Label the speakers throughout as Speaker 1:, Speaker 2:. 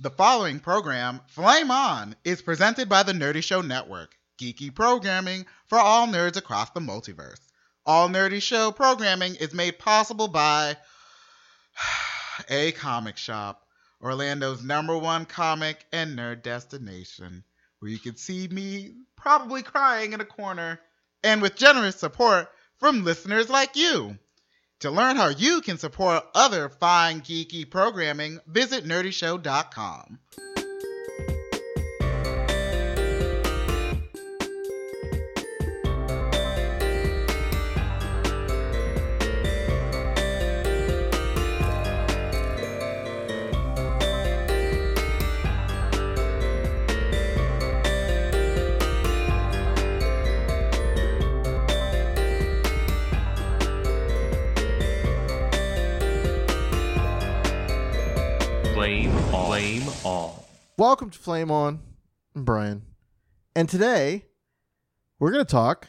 Speaker 1: The following program, Flame On, is presented by the Nerdy Show Network, geeky programming for all nerds across the multiverse. All Nerdy Show programming is made possible by A Comic Shop, Orlando's number one comic and nerd destination, where you can see me probably crying in a corner, and with generous support from listeners like you. To learn how you can support other fine geeky programming, visit nerdyshow.com.
Speaker 2: Flame On. Flame On.
Speaker 3: Welcome to Flame On. I'm Brian. And today, we're going to talk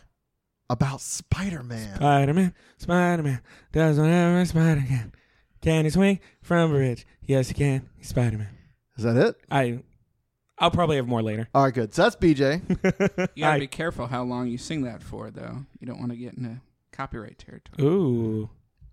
Speaker 3: about Spider Man.
Speaker 4: Spider Man, Spider Man, does whatever a Spider can. Can he swing from a bridge? Yes, he can. He's Spider Man.
Speaker 3: Is that it?
Speaker 4: I, I'll probably have more later.
Speaker 3: All right, good. So that's BJ.
Speaker 5: You gotta
Speaker 4: I-
Speaker 5: be careful how long you sing that for, though. You don't want to get into copyright territory.
Speaker 4: Ooh,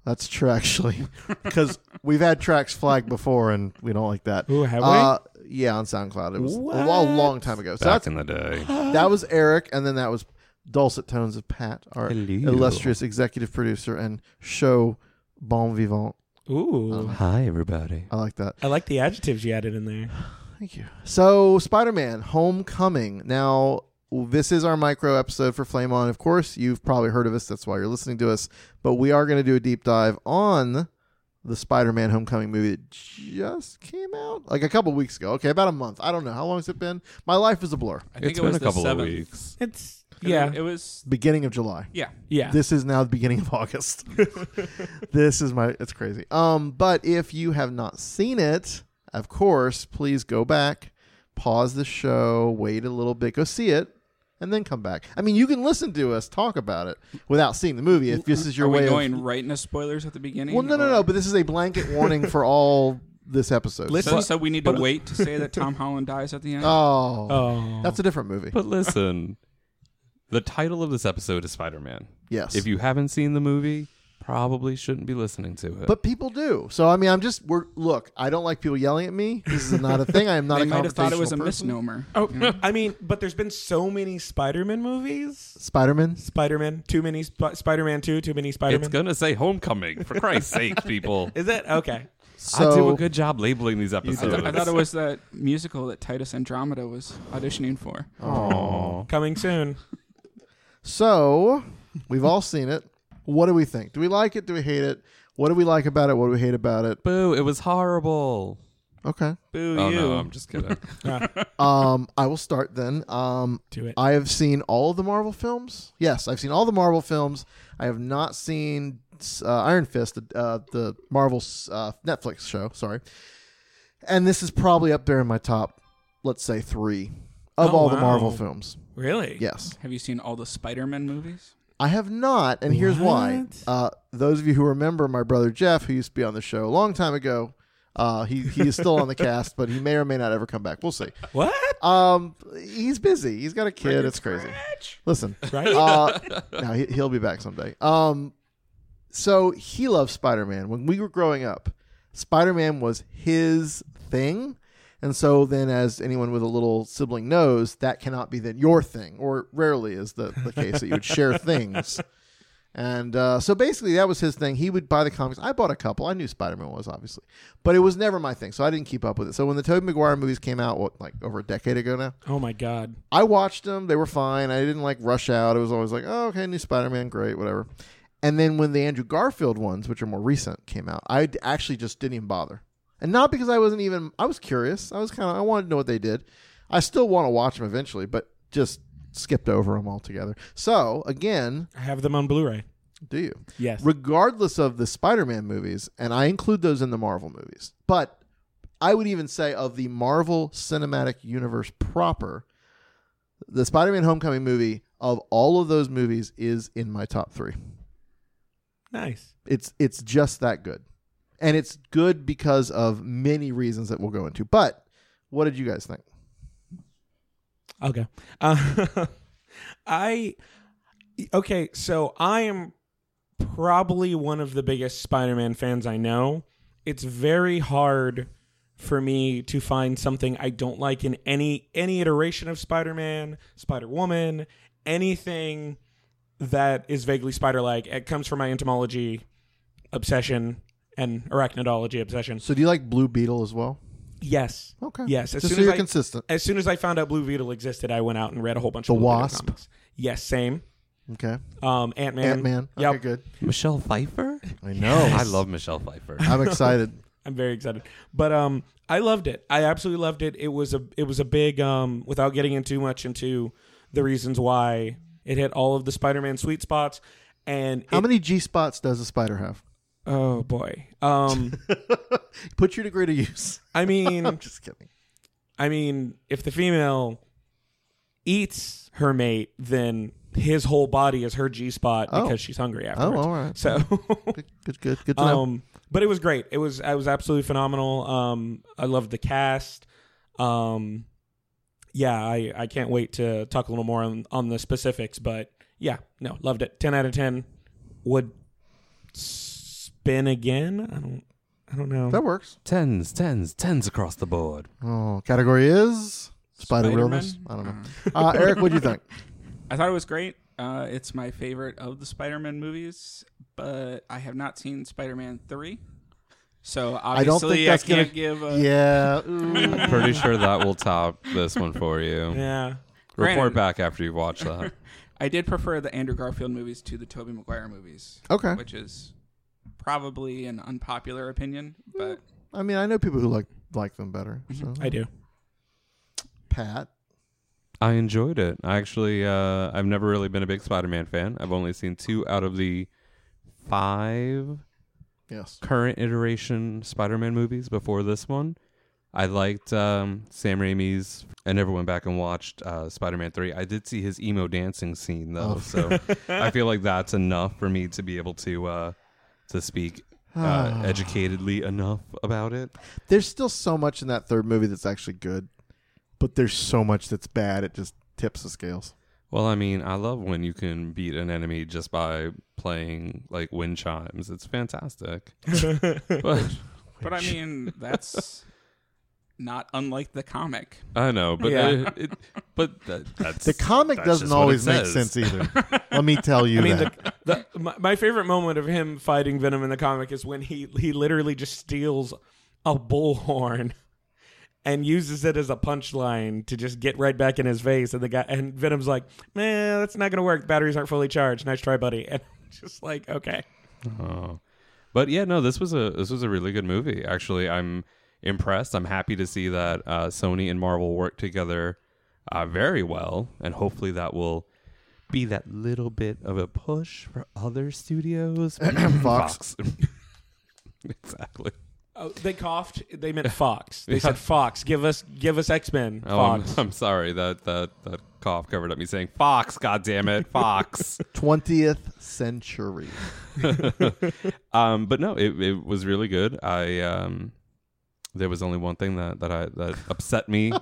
Speaker 3: That's true, actually, because we've had tracks flagged before, and we don't like that.
Speaker 4: Ooh, have we?
Speaker 3: Uh, yeah, on SoundCloud. It was a lo-
Speaker 4: What?
Speaker 3: long time ago. So
Speaker 2: Back
Speaker 3: that's,
Speaker 2: in the day.
Speaker 3: that was Eric, and then that was dulcet tones of Pat, our
Speaker 2: Hello.
Speaker 3: illustrious executive producer and show bon vivant.
Speaker 4: ooh.
Speaker 5: Um,
Speaker 2: Hi, everybody.
Speaker 3: I like that.
Speaker 4: I like the adjectives you added in there.
Speaker 3: Thank you. So, Spider Man Homecoming. Now, this is our micro episode for Flame On. Of course, you've probably heard of us. That's why you're listening to us. But we are going to do a deep dive on the Spider Man Homecoming movie that just came out like a couple weeks ago. Okay, about a month. I don't know. How long has it been? My life is a blur.
Speaker 5: I
Speaker 2: It's been a couple of weeks.
Speaker 4: It's
Speaker 5: It-
Speaker 4: yeah,
Speaker 5: It was,
Speaker 3: Beginning of July.
Speaker 5: yeah.
Speaker 4: yeah.
Speaker 3: This is now the beginning of August. this is my it's crazy. Um, but if you have not seen it, of course, please go back, pause the show, wait a little bit, go see it, and then come back. I mean, you can listen to us talk about it without seeing the movie if this is your
Speaker 5: Are
Speaker 3: way
Speaker 5: we
Speaker 3: of
Speaker 5: going right into spoilers at the beginning?
Speaker 3: Well, no, no,
Speaker 5: or-
Speaker 3: no, but this is a blanket warning for all this episode.
Speaker 2: Listen-
Speaker 5: So, so we need to wait to say that Tom Holland dies at the end.
Speaker 3: Oh,
Speaker 4: oh,
Speaker 3: that's a different movie.
Speaker 2: But listen, the title of this episode is Spider Man.
Speaker 3: Yes.
Speaker 2: If you haven't seen the movie, probably shouldn't be listening to it.
Speaker 3: But people do. So I mean, I'm just we're look. I don't like people yelling at me. This is not a thing. I am not
Speaker 5: they
Speaker 3: a
Speaker 5: might have thought it was a
Speaker 3: confrontational person.
Speaker 5: misnomer.
Speaker 4: oh. I mean, but there's been so many Spider-Man movies.
Speaker 3: Spider-Man.
Speaker 4: Spider-Man, too many Sp- Spider-Man two, too many
Speaker 2: it's
Speaker 4: Spider-Man.
Speaker 2: going to say Homecoming, for Christ's sake, people.
Speaker 4: Is it okay?
Speaker 3: So
Speaker 2: I do a good job labeling these
Speaker 3: do.
Speaker 5: I,
Speaker 2: episodes.
Speaker 5: thought, I thought it was that musical that Titus Andromeda was auditioning for.
Speaker 2: Oh, Aw.
Speaker 4: Coming soon.
Speaker 3: So we've all seen it. What do we think? Do we like it? Do we hate it? What do we like about it? What do we hate about it?
Speaker 2: Boo, it was horrible.
Speaker 3: Okay.
Speaker 4: Boo
Speaker 2: oh,
Speaker 4: you.
Speaker 2: no, I'm just kidding.
Speaker 3: Um, I will start then. Um,
Speaker 4: Do it.
Speaker 3: I have seen all of the Marvel films. Yes, I've seen all the Marvel films. I have not seen uh, Iron Fist, the, uh, the Marvel uh, Netflix show. Sorry. And this is probably up there in my top, let's say three of
Speaker 4: Oh,
Speaker 3: all the
Speaker 4: wow.
Speaker 3: Marvel films.
Speaker 4: really?
Speaker 3: Yes.
Speaker 5: Have you seen all the Spider-Man movies?
Speaker 3: I have not, and here's why.
Speaker 4: What?
Speaker 3: Uh, those of you who remember my brother Jeff, who used to be on the show a long time ago, uh, he he is still on the cast, but he may or may not ever come back. We'll see.
Speaker 4: What?
Speaker 3: Um, he's busy. He's got a kid. It's crazy. Listen,
Speaker 4: Right?
Speaker 3: uh, no, he, he'll be back someday. Um, so he loves Spider Man. When we were growing up, Spider Man was his thing. And so then, as anyone with a little sibling knows, that cannot be then your thing, or rarely is the, the case that you would share things. And uh, so basically, that was his thing. He would buy the comics. I bought a couple. I knew Spider Man was obviously, but it was never my thing, so I didn't keep up with it. So when the Tobey Maguire movies came out, what like over a decade ago now,
Speaker 4: Oh my god.
Speaker 3: I watched them. They were fine. I didn't like rush out. It was always like, oh, okay, new Spider Man, great, whatever. And then when the Andrew Garfield ones, which are more recent, came out, I d- actually just didn't even bother. And not because I wasn't even, I was curious. I was kind of, I wanted to know what they did. I still want to watch them eventually, but just skipped over them altogether. So again,
Speaker 4: I have them on Blu-ray.
Speaker 3: do you?
Speaker 4: Yes.
Speaker 3: regardless of the Spider-Man movies, and I include those in the Marvel movies. But I would even say of the Marvel Cinematic Universe proper, the Spider-Man Homecoming movie of all of those movies is in my top 3.
Speaker 4: nice.
Speaker 3: It's it's just that good. And it's good because of many reasons that we'll go into. But what did you guys think?
Speaker 4: Okay. Uh, I okay. So I am probably one of the biggest Spider-Man fans I know. It's very hard for me to find something I don't like in any any iteration of Spider-Man, Spider-Woman, anything that is vaguely spider-like. It comes from my entomology obsession and arachnidology obsession.
Speaker 3: So do you like Blue Beetle as well?
Speaker 4: Yes.
Speaker 3: Okay.
Speaker 4: Yes, as
Speaker 3: Just
Speaker 4: soon
Speaker 3: so
Speaker 4: as
Speaker 3: you're
Speaker 4: I-
Speaker 3: consistent.
Speaker 4: As soon as I found out Blue Beetle existed, I went out and read a whole bunch
Speaker 3: The
Speaker 4: of Blue Beetle
Speaker 3: Wasp?
Speaker 4: comics. Yes, same.
Speaker 3: Okay.
Speaker 4: Um, Ant Man.
Speaker 3: Ant-Man. Okay,
Speaker 4: Yep.
Speaker 3: good.
Speaker 2: Michelle Pfeiffer?
Speaker 3: I know.
Speaker 2: I love Michelle Pfeiffer.
Speaker 3: I'm excited.
Speaker 4: I'm very excited. But um, I loved it. I absolutely loved it. It was a it was a big um. Without getting into much into the reasons why it hit all of the Spider-Man sweet spots, and
Speaker 3: How
Speaker 4: it-
Speaker 3: many G spots does a spider have?
Speaker 4: Oh boy. Um,
Speaker 3: Put your degree to use.
Speaker 4: I mean,
Speaker 3: I'm just kidding.
Speaker 4: I mean, if the female eats her mate, then his whole body is her G spot
Speaker 3: Oh.
Speaker 4: because she's hungry
Speaker 3: Oh,
Speaker 4: afterwards.
Speaker 3: all right.
Speaker 4: So
Speaker 3: Good, good, good, good to know.
Speaker 4: um but it was great it was i was absolutely phenomenal um i loved the cast um yeah i i can't wait to talk a little more on on the specifics but yeah no loved it 10 out of 10 would spin again i don't i don't know
Speaker 3: That works.
Speaker 2: Tens, tens, tens across the board.
Speaker 3: Oh, category is spider
Speaker 5: Spider-Man? Uh-huh.
Speaker 3: realness. I don't know. Uh, Eric, what do you think?
Speaker 5: I thought it was great. Uh, it's my favorite of the Spider-Man movies, but I have not seen Spider-Man three, so obviously I,
Speaker 3: don't think that's
Speaker 5: can't
Speaker 3: gonna-
Speaker 5: give. A,
Speaker 3: Yeah.
Speaker 2: Uh, I'm pretty sure that will top this one for you.
Speaker 4: yeah
Speaker 5: Granted-
Speaker 2: Report back after you've watched that.
Speaker 5: I did prefer the Andrew Garfield movies to the Tobey Maguire movies,
Speaker 3: Okay.
Speaker 5: which is probably an unpopular opinion, but
Speaker 3: I mean, I know people who like like them better. So.
Speaker 4: Mhm. i do
Speaker 3: Pat.
Speaker 2: I enjoyed it. I actually, uh, I've never really been a big Spider-Man fan. I've only seen two out of the five
Speaker 4: Uh,
Speaker 3: Yes.
Speaker 2: current iteration Spider-Man movies before this one. I liked um, Sam Raimi's. I never went back and watched uh, Spider-Man Three. I did see his emo dancing scene though,
Speaker 3: Oh.
Speaker 2: so I feel like that's enough for me to be able to uh, to speak uh, educatedly enough about it.
Speaker 3: Ah. There's still so much in that third movie that's actually good, but there's so much that's bad. It just tips the scales.
Speaker 2: Well, I mean, I love when you can beat an enemy just by playing like wind chimes. It's fantastic. but,
Speaker 5: but I mean that's not unlike the comic.
Speaker 2: I know, but
Speaker 4: Yeah.
Speaker 2: it, it, but that, that's
Speaker 3: The comic
Speaker 2: that's
Speaker 3: doesn't
Speaker 2: just what it
Speaker 3: always make
Speaker 2: says.
Speaker 3: sense either. Let me tell you
Speaker 4: I mean,
Speaker 3: that.
Speaker 4: the, the, my, my favorite moment of him fighting Venom in the comic is when he he literally just steals a bullhorn and uses it as a punchline to just get right back in his face. And the guy and Venom's like, "Man, that's not gonna work. Batteries aren't fully charged. Nice try, buddy." And I'm just like, okay,
Speaker 2: Oh. But yeah, no, this was a this was a really good movie. Actually, I'm impressed. I'm happy to see that uh, Sony and Marvel work together uh, very well, and hopefully that will be that little bit of a push for other studios.
Speaker 3: Fox.
Speaker 2: exactly.
Speaker 4: oh, they coughed. They meant Fox. They said Fox. Give us give us X Men.
Speaker 2: Oh, I'm,
Speaker 4: Fox.
Speaker 2: I'm sorry that that that cough covered up me saying Fox. God damn it, Fox.
Speaker 3: 20th century.
Speaker 2: um, but no, it, it was really good. I um, there was only one thing that that I that upset me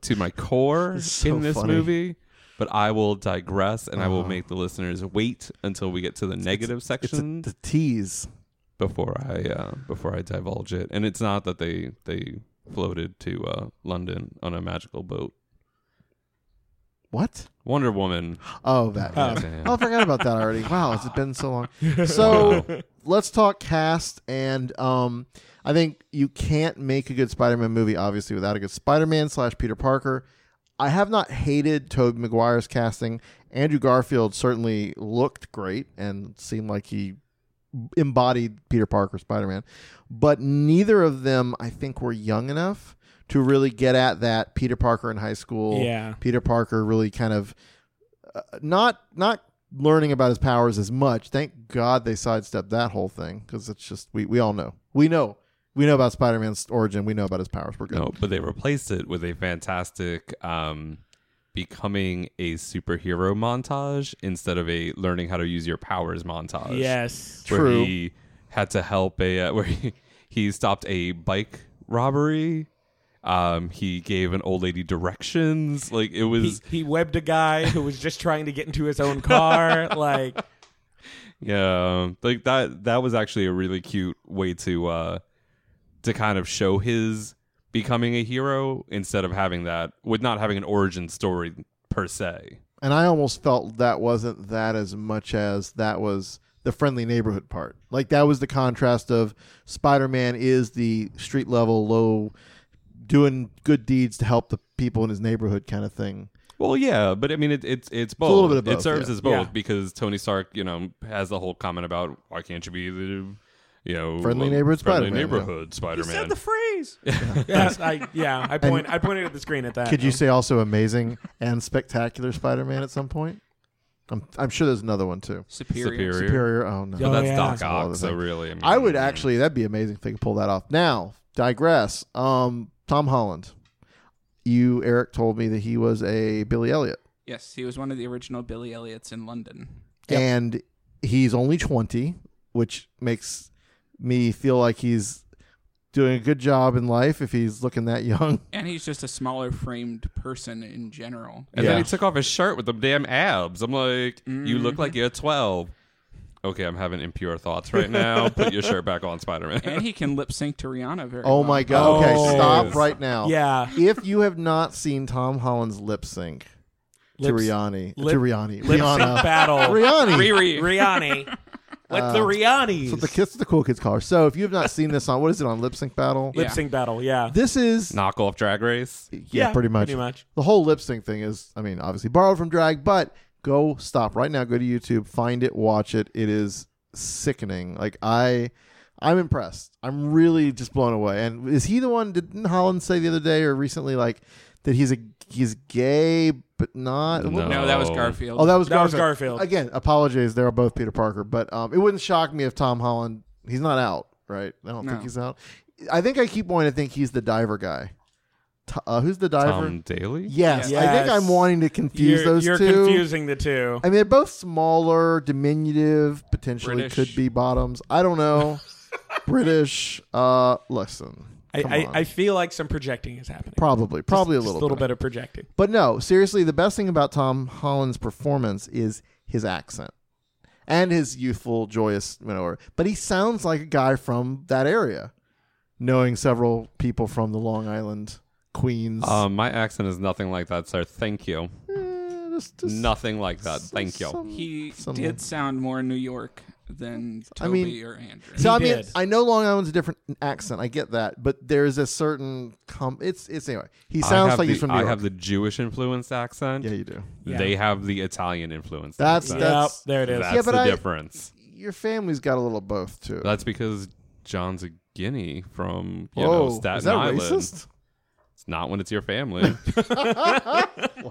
Speaker 2: to my core
Speaker 3: It's so
Speaker 2: in this
Speaker 3: funny.
Speaker 2: movie. But I will digress, and I will
Speaker 3: Oh.
Speaker 2: make the listeners wait until we get to the negative
Speaker 3: It's a,
Speaker 2: section
Speaker 3: the tease.
Speaker 2: before I uh, before I divulge it. And it's not that they they floated to uh, London on a magical boat.
Speaker 3: What?
Speaker 2: Wonder Woman.
Speaker 3: Oh, that.
Speaker 4: Oh.
Speaker 2: Damn.
Speaker 3: Oh, I forgot about that already. Wow, it's been so long. So let's talk cast, and um, I think you can't make a good Spider-Man movie obviously without a good Spider-Man slash Peter Parker. I have not hated Tobey Maguire's casting. Andrew Garfield certainly looked great and seemed like he embodied Peter Parker Spider-Man, but neither of them I think were young enough to really get at that Peter Parker in high school.
Speaker 4: Yeah.
Speaker 3: Peter Parker really kind of uh, not not learning about his powers as much. Thank God they sidestepped that whole thing because it's just we we all know we know we know about Spider Man's origin. We know about his powers. We're good.
Speaker 2: No, but they replaced it with a fantastic um, becoming a superhero montage instead of a learning how to use your powers montage.
Speaker 4: Yes.
Speaker 2: where
Speaker 3: True.
Speaker 2: he had to help a uh, where he, he stopped a bike robbery. Um, he gave an old lady directions. Like it
Speaker 4: He,
Speaker 2: was,
Speaker 4: he webbed a guy who was just trying to get into his own car. like,
Speaker 2: yeah, like that. That was actually a really cute way to uh, to kind of show his becoming a hero instead of having that with not having an origin story per se.
Speaker 3: And I almost felt that wasn't that as much as that was the friendly neighborhood part. Like that was the contrast of Spider Man is the street level low doing good deeds to help the people in his neighborhood kind of thing.
Speaker 2: Well, yeah, but I mean, it, it's it's both.
Speaker 3: a little bit of
Speaker 2: It
Speaker 3: both,
Speaker 2: serves
Speaker 3: yeah.
Speaker 2: as both
Speaker 4: Yeah.
Speaker 2: because Tony Stark, you know, has the whole comment about why can't you be the, you know,
Speaker 3: Friendly
Speaker 2: uh,
Speaker 3: neighborhood
Speaker 2: friendly
Speaker 3: Spider-Man, yeah.
Speaker 2: neighborhood Spider Man.
Speaker 5: phrase.
Speaker 4: yes, I, yeah, I, point, I pointed at the screen at that.
Speaker 3: Could you say also amazing and spectacular Spider Man at some point? I'm I'm sure there's another one too.
Speaker 5: Superior.
Speaker 2: Superior.
Speaker 3: Superior. Oh no.
Speaker 2: But
Speaker 4: Oh,
Speaker 2: that's
Speaker 4: yeah.
Speaker 2: Doc
Speaker 4: That's
Speaker 3: a whole
Speaker 2: Ock,
Speaker 3: other
Speaker 2: so
Speaker 3: thing.
Speaker 2: really, I, mean,
Speaker 3: I would actually. That'd be amazing if they could pull that off. Now, digress. Um, Tom Holland. You, Eric, told me that he was a Billy Elliot,
Speaker 5: Yes, he was one of the original Billy Elliots in London.
Speaker 3: and he's only twenty, which makes me feel like he's doing a good job in life if he's looking that young.
Speaker 5: And he's just a smaller framed person in general.
Speaker 2: And
Speaker 3: Yeah.
Speaker 2: then he took off his shirt with the damn abs. I'm like, you look like you're 12. Okay, I'm having impure thoughts right now. Put your shirt back on, Spider Man.
Speaker 5: And he can lip sync to Rihanna very
Speaker 3: Oh
Speaker 5: well.
Speaker 3: my god! Okay,
Speaker 4: Oh.
Speaker 3: stop right now.
Speaker 4: Yeah.
Speaker 3: If you have not seen Tom Holland's lip sync to
Speaker 4: Lips-
Speaker 3: Rihanni,
Speaker 4: lip-
Speaker 3: to Rihanni,
Speaker 4: Lip sync
Speaker 3: Rihanna,
Speaker 4: battle.
Speaker 3: Rihanni,
Speaker 5: Riri.
Speaker 4: Rihanni. What's the Rihannis?
Speaker 3: So the kids, the cool kids call her. So if you have not seen this on, what is it on Lip Sync Battle?
Speaker 4: Lip sync battle, yeah.
Speaker 3: This is
Speaker 2: Knock off drag race.
Speaker 3: yeah, pretty much.
Speaker 4: Pretty much.
Speaker 3: The whole lip sync thing is, I mean, obviously borrowed from drag, but go stop right now. Go to YouTube, find it, watch it. It is sickening. Like I, I'm impressed. I'm really just blown away. And is he the one? Didn't Holland say the other day or recently like that he's a he's gay but not?
Speaker 2: No.
Speaker 5: No, that was Garfield.
Speaker 3: Oh, that was
Speaker 4: That was
Speaker 3: Garfield.
Speaker 4: Garfield.
Speaker 3: Again, apologies. They're both Peter Parker, but um, it wouldn't shock me if Tom Holland. He's not out, right? I don't
Speaker 5: No.
Speaker 3: think he's out. I think I keep wanting to think he's the diver guy. T- uh, who's the diver?
Speaker 2: Tom Daly?
Speaker 3: Yes, I think
Speaker 4: Yes.
Speaker 3: I'm wanting to confuse
Speaker 4: you're
Speaker 3: those
Speaker 4: you're
Speaker 3: two.
Speaker 4: confusing the two.
Speaker 3: I mean, they're both smaller, diminutive, potentially
Speaker 5: British.
Speaker 3: could be bottoms. I don't know. British. Uh, listen,
Speaker 4: I,
Speaker 3: come
Speaker 4: I,
Speaker 3: on.
Speaker 4: I feel like some projecting is happening.
Speaker 3: probably, probably
Speaker 4: Just
Speaker 3: a little,
Speaker 4: little
Speaker 3: bit.
Speaker 4: bit of projecting.
Speaker 3: But no, seriously, the best thing about Tom Holland's performance is his accent and his youthful, joyous maneuver. But he sounds like a guy from that area, knowing several people from the Long Island, Queens.
Speaker 2: Um, my accent is nothing like that, sir. Thank you.
Speaker 3: Eh, just- just
Speaker 2: Nothing like that. Thank you.
Speaker 3: some-
Speaker 5: He
Speaker 3: some-
Speaker 5: did sound more New York than
Speaker 3: I
Speaker 5: Toby
Speaker 3: mean-
Speaker 5: or Andrew.
Speaker 3: So I
Speaker 4: He
Speaker 3: mean,
Speaker 4: did.
Speaker 3: I know Long Island's a different accent. I get that, but there's a certain com. It's it's anyway. He
Speaker 2: I
Speaker 3: sounds
Speaker 2: have
Speaker 3: like
Speaker 2: the,
Speaker 3: he's from New York.
Speaker 2: I have the Jewish influenced accent.
Speaker 3: yeah, you do.
Speaker 4: Yeah.
Speaker 2: They have the Italian influenced
Speaker 3: That's
Speaker 2: accent.
Speaker 4: Yep,
Speaker 3: that's
Speaker 4: there it is.
Speaker 2: That's
Speaker 3: Yeah, but
Speaker 2: the
Speaker 3: I-
Speaker 2: difference.
Speaker 3: your family's got a little of both too.
Speaker 2: That's because John's a guinea from you
Speaker 3: Whoa,
Speaker 2: know Staten
Speaker 3: is that
Speaker 2: Island.
Speaker 3: racist?
Speaker 2: It's not when it's your family.
Speaker 4: Do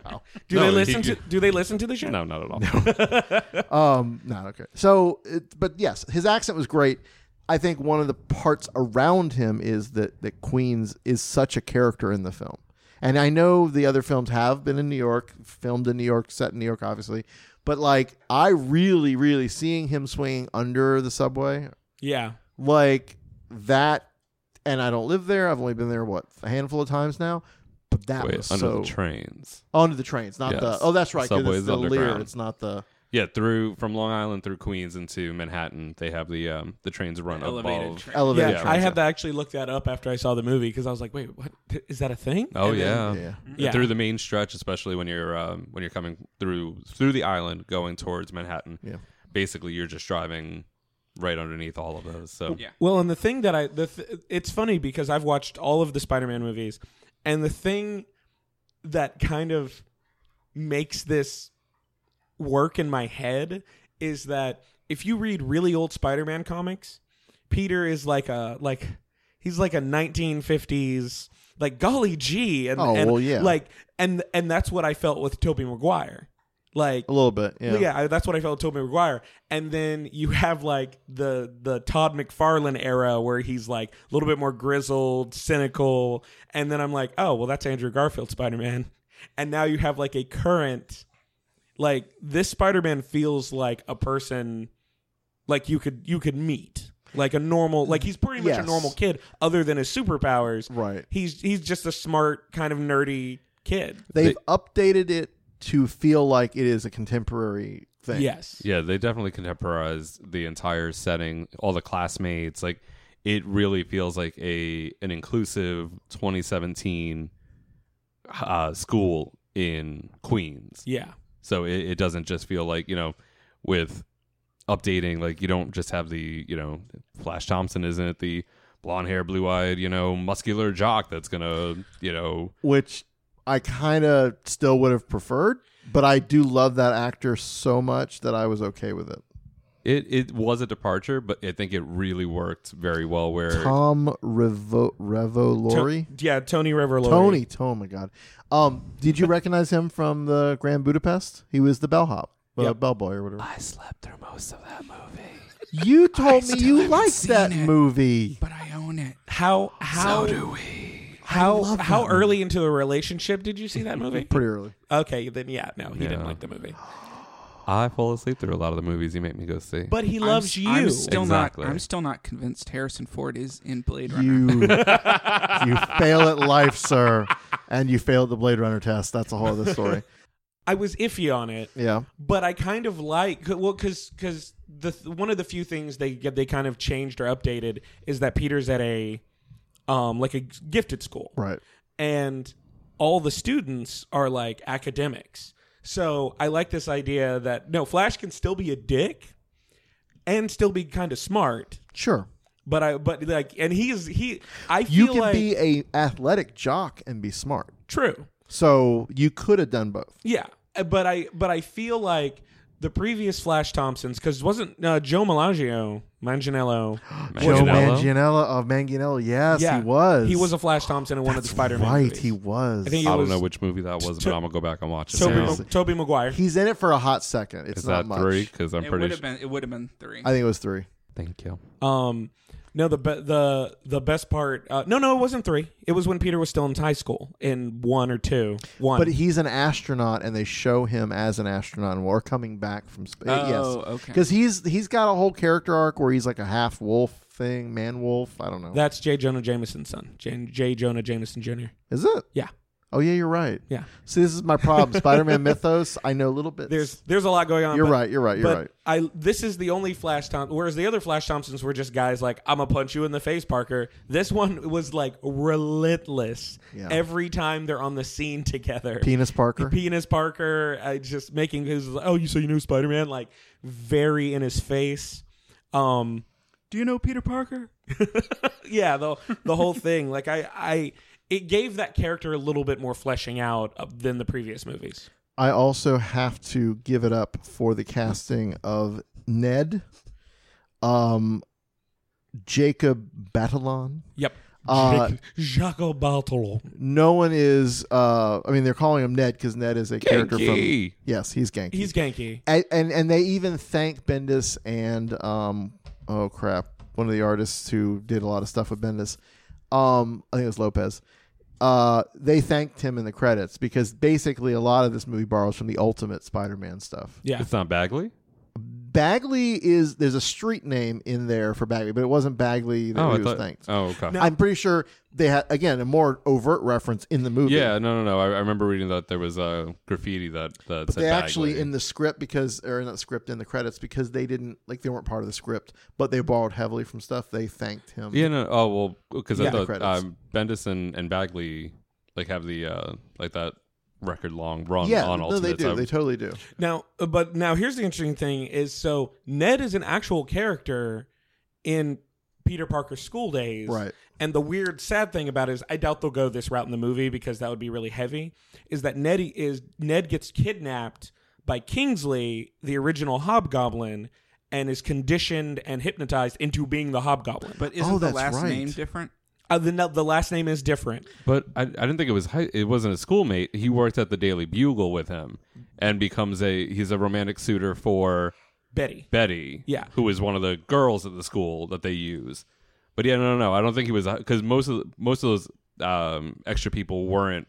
Speaker 2: No,
Speaker 4: they
Speaker 2: he-
Speaker 4: listen to Do they listen to the show?
Speaker 2: no, not at all.
Speaker 3: Um, not okay. So, it, but yes, his accent was great. I think one of the parts around him is that that Queens is such a character in the film, and I know the other films have been in New York, filmed in New York, set in New York, obviously. But like, I really, really seeing him swinging under the subway,
Speaker 4: Yeah.
Speaker 3: like that. And I don't live there. I've only been there what a handful of times now. But that
Speaker 2: Wait,
Speaker 3: was
Speaker 2: under
Speaker 3: so
Speaker 2: the trains.
Speaker 3: under the trains, not
Speaker 2: Yes.
Speaker 3: the. Oh, that's right. 'cause
Speaker 2: Subway's
Speaker 3: it's the Lear.
Speaker 2: underground.
Speaker 3: It's not the.
Speaker 2: yeah, through from Long Island through Queens into Manhattan, they have the um, the trains run
Speaker 5: Elevated
Speaker 2: above.
Speaker 5: train.
Speaker 3: Elevated
Speaker 4: yeah,
Speaker 2: trains,
Speaker 4: I had to actually look that up after I saw the movie because I was like, wait, what is that a thing?
Speaker 2: Oh
Speaker 3: And
Speaker 2: yeah.
Speaker 3: then- yeah.
Speaker 4: Yeah.
Speaker 2: through the main stretch, especially when you're um, when you're coming through through the island going towards Manhattan.
Speaker 3: Yeah.
Speaker 2: basically you're just driving right underneath all of those. So
Speaker 5: Yeah.
Speaker 4: Well, and the thing that I the th- it's funny because I've watched all of the Spider-Man movies, and the thing that kind of makes this work in my head is that if you read really old Spider-Man comics, Peter is like a like he's like a 1950s like golly gee and,
Speaker 3: Oh,
Speaker 4: and
Speaker 3: well, yeah.
Speaker 4: like and and that's what I felt with Tobey Maguire. Like
Speaker 3: A little bit.
Speaker 4: yeah, I, that's what I felt with Tobey Maguire. And then you have like the the Todd McFarlane era where he's like a little bit more grizzled, cynical, and then I'm like, oh well, that's Andrew Garfield Spider Man. And now you have like a current, like this Spider Man feels like a person, like you could you could meet. Like a normal, like he's pretty much a
Speaker 3: Yes.
Speaker 4: normal kid, other than his superpowers.
Speaker 3: Right.
Speaker 4: He's he's just a smart, kind of nerdy kid.
Speaker 3: They've updated it to feel like it is a contemporary thing.
Speaker 4: Yes.
Speaker 2: Yeah, they definitely contemporized the entire setting, all the classmates. Like it really feels like a an inclusive 2017 uh, school in Queens.
Speaker 4: Yeah.
Speaker 2: So it, it doesn't just feel like you know with updating like you don't just have the you know Flash Thompson isn't the blonde hair, blue eyed you know muscular jock that's gonna you know
Speaker 3: Which I kind of still would have preferred, but I do love that actor so much that I was okay with it.
Speaker 2: it it was a departure, but I think it really worked very well where.
Speaker 3: Tom Revo Revolori.
Speaker 4: To- yeah, Tony Revolori.
Speaker 3: Tony, oh my god! Um, did you recognize him from the Grand Budapest? He was the bellhop, uh,
Speaker 4: Yep.
Speaker 3: bellboy or whatever.
Speaker 2: I slept through most of that movie.
Speaker 3: You told me
Speaker 5: still
Speaker 3: you
Speaker 5: haven't
Speaker 3: liked
Speaker 5: seen
Speaker 3: that
Speaker 5: it.
Speaker 3: movie.
Speaker 5: But I own it.
Speaker 4: How how how how early into the relationship did you see that movie?
Speaker 3: Pretty early.
Speaker 4: okay, then yeah, no, he didn't
Speaker 2: Yeah.
Speaker 4: like the movie.
Speaker 5: Oh,
Speaker 2: I fall asleep through a lot of the movies you make me go see.
Speaker 4: But he
Speaker 5: I'm
Speaker 4: loves
Speaker 5: s-
Speaker 4: you.
Speaker 5: I'm still
Speaker 2: Exactly.
Speaker 5: not. I'm still not convinced Harrison Ford is in Blade Runner.
Speaker 3: You you fail at life, sir, and you failed the Blade Runner test. That's a whole other story.
Speaker 4: I was iffy on it,
Speaker 3: Yeah,
Speaker 4: but I kind of like well cuz cuz the th- one of the few things they they kind of changed or updated is that Peter's at a um like a gifted school.
Speaker 3: right.
Speaker 4: and all the students are like academics. So I like this idea that no, Flash can still be a dick and still be kind of smart,
Speaker 3: Sure,
Speaker 4: but I but like and he is he I feel
Speaker 3: you can
Speaker 4: like
Speaker 3: be a athletic jock and be smart.
Speaker 4: true.
Speaker 3: So you could have done both.
Speaker 4: Yeah, Uh, but I but I feel like the previous Flash Thompsons cuz wasn't uh, Joe Malagio
Speaker 3: Joe
Speaker 4: Manganiello
Speaker 2: Manganiello?
Speaker 3: Manganiello of Manganiello. Yes,
Speaker 4: yeah,
Speaker 3: he was.
Speaker 4: He was a Flash Thompson in one of the
Speaker 3: That's
Speaker 4: Spider-Man
Speaker 3: Right,
Speaker 4: movies.
Speaker 3: he was.
Speaker 4: I think he
Speaker 2: I don't
Speaker 4: was-
Speaker 2: know which movie that was,
Speaker 4: To-
Speaker 2: but I'm gonna go back and watch it. now.
Speaker 4: Toby, Toby Maguire.
Speaker 3: He's in it for a hot second. It's
Speaker 2: Is
Speaker 3: not
Speaker 2: that
Speaker 3: much.
Speaker 2: three? Because I'm
Speaker 5: it
Speaker 2: pretty.
Speaker 5: would
Speaker 2: Sure.
Speaker 5: have been. It would have been three.
Speaker 3: I think it was three.
Speaker 2: Thank you.
Speaker 4: Um, no, the be- the the best part. Uh, no, no, it wasn't three. It was when Peter was still in high school in one or two. One.
Speaker 3: But he's an astronaut, and they show him as an astronaut, and we're coming back from space.
Speaker 5: Oh,
Speaker 3: uh, yes,
Speaker 5: okay.
Speaker 3: Because he's he's got a whole character arc where he's like a half wolf thing, man wolf. I don't know.
Speaker 4: That's J. Jonah Jameson's son, J. J. Jonah Jameson Jr.
Speaker 3: Is it?
Speaker 4: Yeah.
Speaker 3: Oh yeah, you're right.
Speaker 4: Yeah.
Speaker 3: See, this is my problem. Spider-Man mythos. I know little bits.
Speaker 4: There's there's a lot going on.
Speaker 3: You're
Speaker 4: but-
Speaker 3: right. You're right. You're
Speaker 4: but
Speaker 3: right.
Speaker 4: I this is the only Flash Thompson. Whereas the other Flash Thompsons were just guys like I'm gonna punch you in the face, Parker. This one was like relentless.
Speaker 3: Yeah.
Speaker 4: Every time they're on the scene together,
Speaker 3: Penis Parker.
Speaker 4: Penis Parker, uh, just making his oh you so you knew Spider Man like very in his face. Um,
Speaker 5: Do you know Peter Parker?
Speaker 4: yeah, the the whole thing. Like I I it gave that character a little bit more fleshing out uh, than the previous movies.
Speaker 3: I also have to give it up for the casting of Ned, um, Jacob Batalon.
Speaker 4: Yep.
Speaker 3: Uh,
Speaker 4: Jaco Bartolo.
Speaker 3: No one is. Uh, I mean, they're calling him Ned because Ned is a character from.
Speaker 2: Genki!
Speaker 3: Yes, he's Genki.
Speaker 4: He's ganky.
Speaker 3: and, and and they even thank Bendis and um oh crap one of the artists who did a lot of stuff with Bendis um I think it was Lopez uh they thanked him in the credits because basically a lot of this movie borrows from the Ultimate Spider-Man stuff
Speaker 4: Yeah.
Speaker 2: It's not Bagley.
Speaker 3: Bagley is there's a street name in there for Bagley, but it wasn't Bagley that
Speaker 2: Oh,
Speaker 3: he
Speaker 2: I
Speaker 3: was
Speaker 2: thought-
Speaker 3: thanked.
Speaker 2: oh, okay.
Speaker 4: No.
Speaker 3: I'm pretty sure they had again a more overt reference in the movie.
Speaker 2: Yeah, no, no, no. I, I remember reading that there was uh, graffiti that that
Speaker 3: But
Speaker 2: said
Speaker 3: they actually
Speaker 2: Bagley.
Speaker 3: in the script because or in the script in the credits because they didn't like they weren't part of the script, but they borrowed heavily from stuff. They thanked him.
Speaker 2: yeah, no. Oh well, because
Speaker 4: Yeah.
Speaker 2: I thought
Speaker 3: Credits.
Speaker 2: um, Bendis and, and Bagley like have the uh, like that record long run
Speaker 3: yeah,
Speaker 2: on
Speaker 3: no,
Speaker 2: Ultimate.
Speaker 3: they do.
Speaker 2: So-
Speaker 3: They totally do.
Speaker 4: Now, uh, but now here's the interesting thing is so Ned is an actual character in Peter Parker's school days.
Speaker 3: Right.
Speaker 4: And the weird, sad thing about it is, I doubt they'll go this route in the movie because that would be really heavy. Is that Ned is Ned gets kidnapped by Kingsley, the original Hobgoblin, and is conditioned and hypnotized into being the Hobgoblin. But
Speaker 5: But isn't
Speaker 3: Oh,
Speaker 5: the
Speaker 3: that's
Speaker 5: last
Speaker 3: right.
Speaker 5: name different?
Speaker 4: uh, the the last name is different.
Speaker 2: but I, I didn't think it was high, it wasn't a schoolmate. He worked at the Daily Bugle with him and becomes a he's a romantic suitor for
Speaker 4: Betty.
Speaker 2: Betty,
Speaker 4: Yeah.
Speaker 2: who is one of the girls at the school that they use. But yeah, no, no, no. I don't think he was because most of the- most of those um, extra people weren't